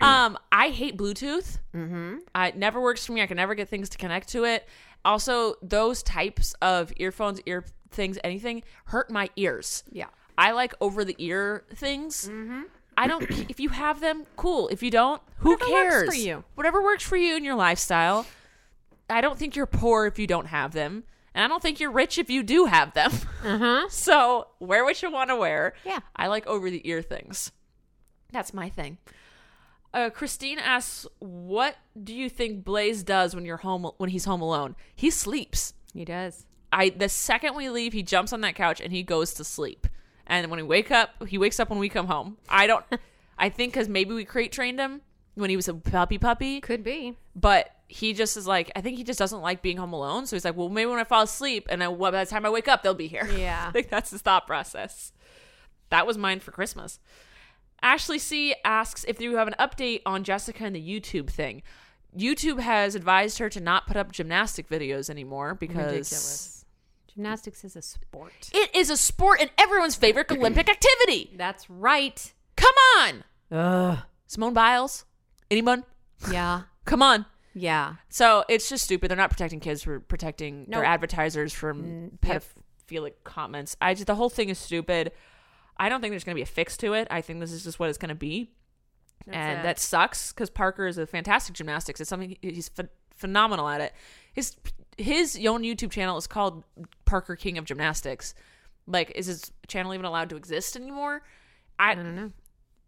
[SPEAKER 1] Um, I hate Bluetooth. Mm-hmm. I, it never works for me. I can never get things to connect to it. Also, those types of earphones, ear things, anything hurt my ears.
[SPEAKER 2] Yeah.
[SPEAKER 1] I like over the ear things. Mm-hmm. I don't. If you have them, cool. If you don't, who
[SPEAKER 2] Whatever works
[SPEAKER 1] cares?
[SPEAKER 2] for you.
[SPEAKER 1] Whatever works for you and your lifestyle. I don't think you're poor if you don't have them, and I don't think you're rich if you do have them.
[SPEAKER 2] Uh huh.
[SPEAKER 1] so wear what you want to wear.
[SPEAKER 2] Yeah.
[SPEAKER 1] I like over the ear things. That's my thing. Uh, Christine asks, "What do you think Blaze does when you're home when he's home alone? He sleeps.
[SPEAKER 2] He does.
[SPEAKER 1] I the second we leave, he jumps on that couch and he goes to sleep. And when we wake up, he wakes up when we come home. I don't. I think because maybe we crate trained him when he was a puppy puppy,
[SPEAKER 2] Could be.
[SPEAKER 1] but he just is like I think he just doesn't like being home alone. So he's like, well, maybe when I fall asleep and I, well, by the time I wake up, they'll be here.
[SPEAKER 2] Yeah.
[SPEAKER 1] I think that's his thought process. That was mine for Christmas. Ashley C asks if you have an update on Jessica and the YouTube thing. YouTube has advised her to not put up gymnastic videos anymore because
[SPEAKER 2] Ridiculous. Gymnastics is a sport.
[SPEAKER 1] it is a sport and everyone's favorite Olympic activity.
[SPEAKER 2] That's right.
[SPEAKER 1] Come on.
[SPEAKER 2] Ugh.
[SPEAKER 1] Simone Biles? Anyone?
[SPEAKER 2] Yeah.
[SPEAKER 1] Come on.
[SPEAKER 2] Yeah.
[SPEAKER 1] So it's just stupid. They're not protecting kids. We're protecting their
[SPEAKER 2] Nope.
[SPEAKER 1] advertisers from
[SPEAKER 2] Mm, yep.
[SPEAKER 1] pedophilic comments. I just the whole thing is stupid. I don't think there's going to be a fix to it. I think this is just what it's going to be, and
[SPEAKER 2] it.
[SPEAKER 1] that sucks because Parker is a fantastic gymnastics. It's something he's ph- phenomenal at it. His his own YouTube channel is called Parker King of Gymnastics. Like, is his channel even allowed to exist anymore? I,
[SPEAKER 2] I don't know.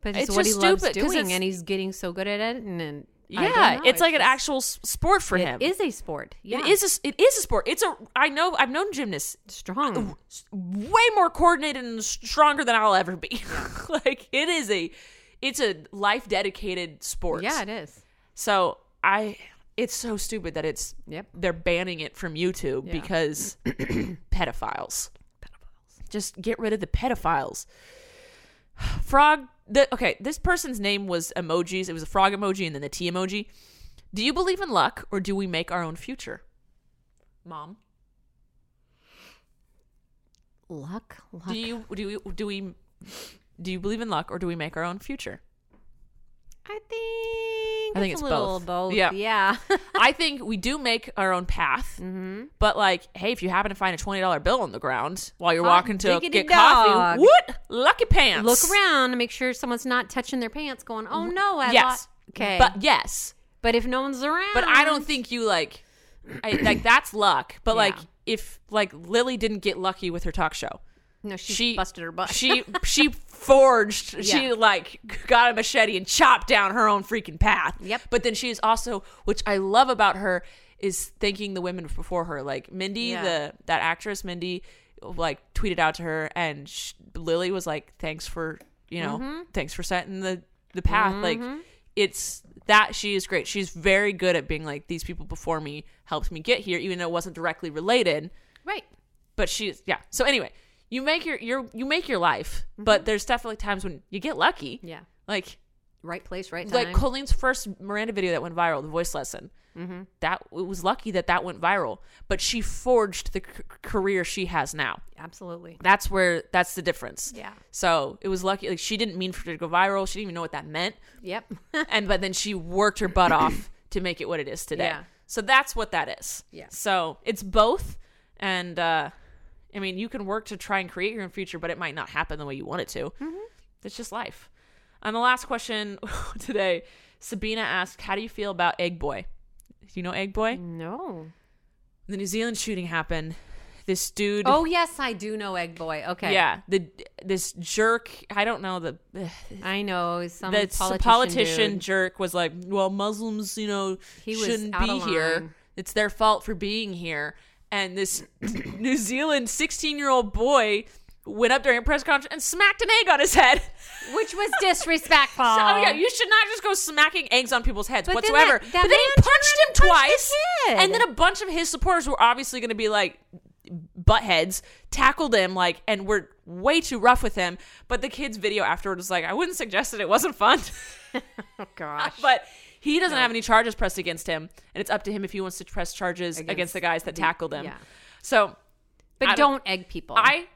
[SPEAKER 2] But it's,
[SPEAKER 1] It's
[SPEAKER 2] what
[SPEAKER 1] just
[SPEAKER 2] he loves
[SPEAKER 1] stupid, 'cause
[SPEAKER 2] doing,
[SPEAKER 1] it's-
[SPEAKER 2] and he's getting so good at it. And, and I don't
[SPEAKER 1] yeah,
[SPEAKER 2] know.
[SPEAKER 1] it's like an
[SPEAKER 2] just-
[SPEAKER 1] actual s- sport for him.
[SPEAKER 2] It is a sport. Yeah.
[SPEAKER 1] It is a, it is a sport. It's a I know I've known gymnasts
[SPEAKER 2] strong.
[SPEAKER 1] way more coordinated and stronger than I'll ever be. like it is a it's a life dedicated sport.
[SPEAKER 2] Yeah, it is.
[SPEAKER 1] So I, it's so stupid that it's
[SPEAKER 2] Yep.
[SPEAKER 1] they're banning it from YouTube
[SPEAKER 2] Yeah.
[SPEAKER 1] because pedophiles. Pedophiles. Just get rid of the pedophiles. Frog. The, okay, this person's name was emojis. It was a frog emoji and then the T emoji. Do you believe in luck or do we make our own future? Mom,
[SPEAKER 2] Luck, luck.
[SPEAKER 1] do you do you do we do you believe in luck or do we make our own future?
[SPEAKER 2] I think.
[SPEAKER 1] I think it's
[SPEAKER 2] a little
[SPEAKER 1] both. Yeah.
[SPEAKER 2] Yeah. Yeah.
[SPEAKER 1] I think we do make our own path.
[SPEAKER 2] Mm-hmm.
[SPEAKER 1] But like, hey, if you happen to find a twenty dollar bill on the ground while you're
[SPEAKER 2] Hot
[SPEAKER 1] walking to
[SPEAKER 2] diggity
[SPEAKER 1] get
[SPEAKER 2] dog.
[SPEAKER 1] coffee, what lucky pants?
[SPEAKER 2] Look around and make sure someone's not touching their pants. Going, oh no, I
[SPEAKER 1] Yes.
[SPEAKER 2] lost. Okay. But
[SPEAKER 1] But yes,
[SPEAKER 2] but if no one's around.
[SPEAKER 1] but I don't think you like, I, like that's luck. But like,
[SPEAKER 2] Yeah.
[SPEAKER 1] if like Lily didn't get lucky with her talk show,
[SPEAKER 2] No, she,
[SPEAKER 1] she
[SPEAKER 2] busted her butt.
[SPEAKER 1] she she forged. She
[SPEAKER 2] Yeah.
[SPEAKER 1] like got a machete and chopped down her own freaking path.
[SPEAKER 2] Yep.
[SPEAKER 1] But then she is also, which I love about her, is thanking the women before her. Like Mindy,
[SPEAKER 2] Yeah.
[SPEAKER 1] the that actress Mindy, like tweeted out to her, and sh Lily was like, "Thanks for you know,
[SPEAKER 2] Mm-hmm.
[SPEAKER 1] thanks for setting the the path." Like it's that she is great. She's very good at being like, "These people before me helped me get here," even though it wasn't directly related
[SPEAKER 2] right.
[SPEAKER 1] but she's yeah. So anyway, you make your your you make your life, but there's definitely times when you get lucky.
[SPEAKER 2] Mm-hmm. Yeah.
[SPEAKER 1] Like
[SPEAKER 2] Right place, right time.
[SPEAKER 1] like Colleen's first Miranda video that went viral, the voice lesson. Mm-hmm. That it was lucky that that went viral, but she forged the c- career she has now.
[SPEAKER 2] Absolutely.
[SPEAKER 1] That's where that's the difference.
[SPEAKER 2] Yeah.
[SPEAKER 1] So it was lucky. Like she didn't mean for it to go viral. She didn't even know what that meant,
[SPEAKER 2] Yep.
[SPEAKER 1] and but then she worked her butt off to make it what it is today.
[SPEAKER 2] Yeah.
[SPEAKER 1] So that's what that is.
[SPEAKER 2] Yeah.
[SPEAKER 1] So it's both, and uh, I mean, you can work to try and create your own future, but it might not happen the way you want it to.
[SPEAKER 2] Mm-hmm.
[SPEAKER 1] It's just life. And the last question today, Sabina asked, "How do you feel about Egg Boy? Do you know Egg
[SPEAKER 2] Mm.
[SPEAKER 1] Boy?
[SPEAKER 2] no.
[SPEAKER 1] The New Zealand shooting happened. This dude.
[SPEAKER 2] Oh yes, I do know Egg Boy. Okay.
[SPEAKER 1] Yeah, the this jerk. I don't know the
[SPEAKER 2] I know some
[SPEAKER 1] that
[SPEAKER 2] politician.
[SPEAKER 1] politician
[SPEAKER 2] dude.
[SPEAKER 1] jerk was like, well, Muslims, you know,
[SPEAKER 2] He was
[SPEAKER 1] shouldn't
[SPEAKER 2] out
[SPEAKER 1] be
[SPEAKER 2] of
[SPEAKER 1] here.
[SPEAKER 2] line.
[SPEAKER 1] It's their fault for being here. And this New Zealand 16 year old boy went up during a press conference and smacked an egg on his head.
[SPEAKER 2] which was disrespectful.
[SPEAKER 1] So, oh, yeah, you should not just go smacking eggs on people's heads
[SPEAKER 2] But then
[SPEAKER 1] whatsoever.
[SPEAKER 2] that- that
[SPEAKER 1] but then he
[SPEAKER 2] man
[SPEAKER 1] punched him
[SPEAKER 2] turned around and
[SPEAKER 1] twice.
[SPEAKER 2] punched the kid.
[SPEAKER 1] And then a bunch of his supporters were obviously going to be like buttheads, tackled him, like, and were way too rough with him. But the kid's video afterward was like, I wouldn't suggest it. It wasn't fun.
[SPEAKER 2] oh gosh.
[SPEAKER 1] but he doesn't have any charges pressed against him, and it's up to him if he wants to press charges against,
[SPEAKER 2] Against
[SPEAKER 1] the guys that tackled him.
[SPEAKER 2] yeah.
[SPEAKER 1] So
[SPEAKER 2] But
[SPEAKER 1] I don't-
[SPEAKER 2] don't, egg people.
[SPEAKER 1] I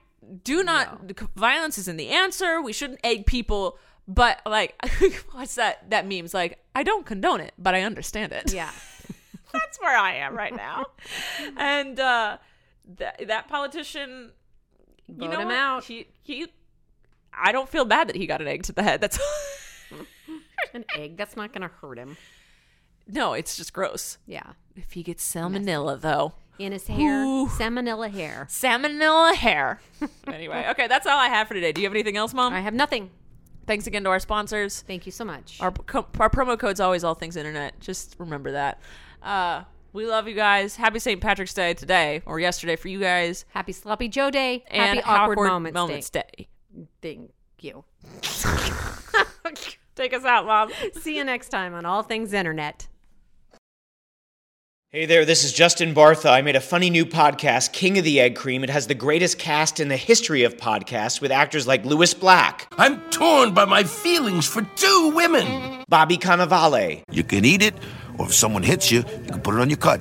[SPEAKER 1] do not. Violence isn't the answer. We shouldn't egg people. But like, what's that? That meme's like, I don't condone it, but I understand it.
[SPEAKER 2] yeah.
[SPEAKER 1] that's where I am right now. and uh, that that politician, you
[SPEAKER 2] Vote
[SPEAKER 1] know
[SPEAKER 2] him
[SPEAKER 1] what?
[SPEAKER 2] out.
[SPEAKER 1] He he. I don't feel bad that he got an egg to the head. That's
[SPEAKER 2] An egg. That's not gonna hurt him.
[SPEAKER 1] no, it's just gross.
[SPEAKER 2] Yeah.
[SPEAKER 1] If he gets salmonella, though.
[SPEAKER 2] In his hair.
[SPEAKER 1] Ooh.
[SPEAKER 2] Salmonella hair.
[SPEAKER 1] salmonella hair. anyway, okay, that's all I have for today. Do you have anything else, Mom?
[SPEAKER 2] I have nothing.
[SPEAKER 1] Thanks again to our sponsors.
[SPEAKER 2] Thank you so much.
[SPEAKER 1] Our co- our promo code's always all things internet. Just remember that. Uh, we love you guys. Happy St. Patrick's Day today or yesterday for you guys.
[SPEAKER 2] Happy sloppy Joe day.
[SPEAKER 1] And
[SPEAKER 2] Happy awkward, moments, day.
[SPEAKER 1] day.
[SPEAKER 2] Thank you.
[SPEAKER 1] Take us out, Mom.
[SPEAKER 2] See you next time on All Things Internet.
[SPEAKER 3] Hey there, this is Justin Bartha. I made a funny new podcast, King of the Egg Cream. It has the greatest cast in the history of podcasts with actors like Louis Black,
[SPEAKER 4] I'm torn by my feelings for two women.
[SPEAKER 3] Bobby Cannavale,
[SPEAKER 5] You can eat it, or if someone hits you, you can put it on your cut.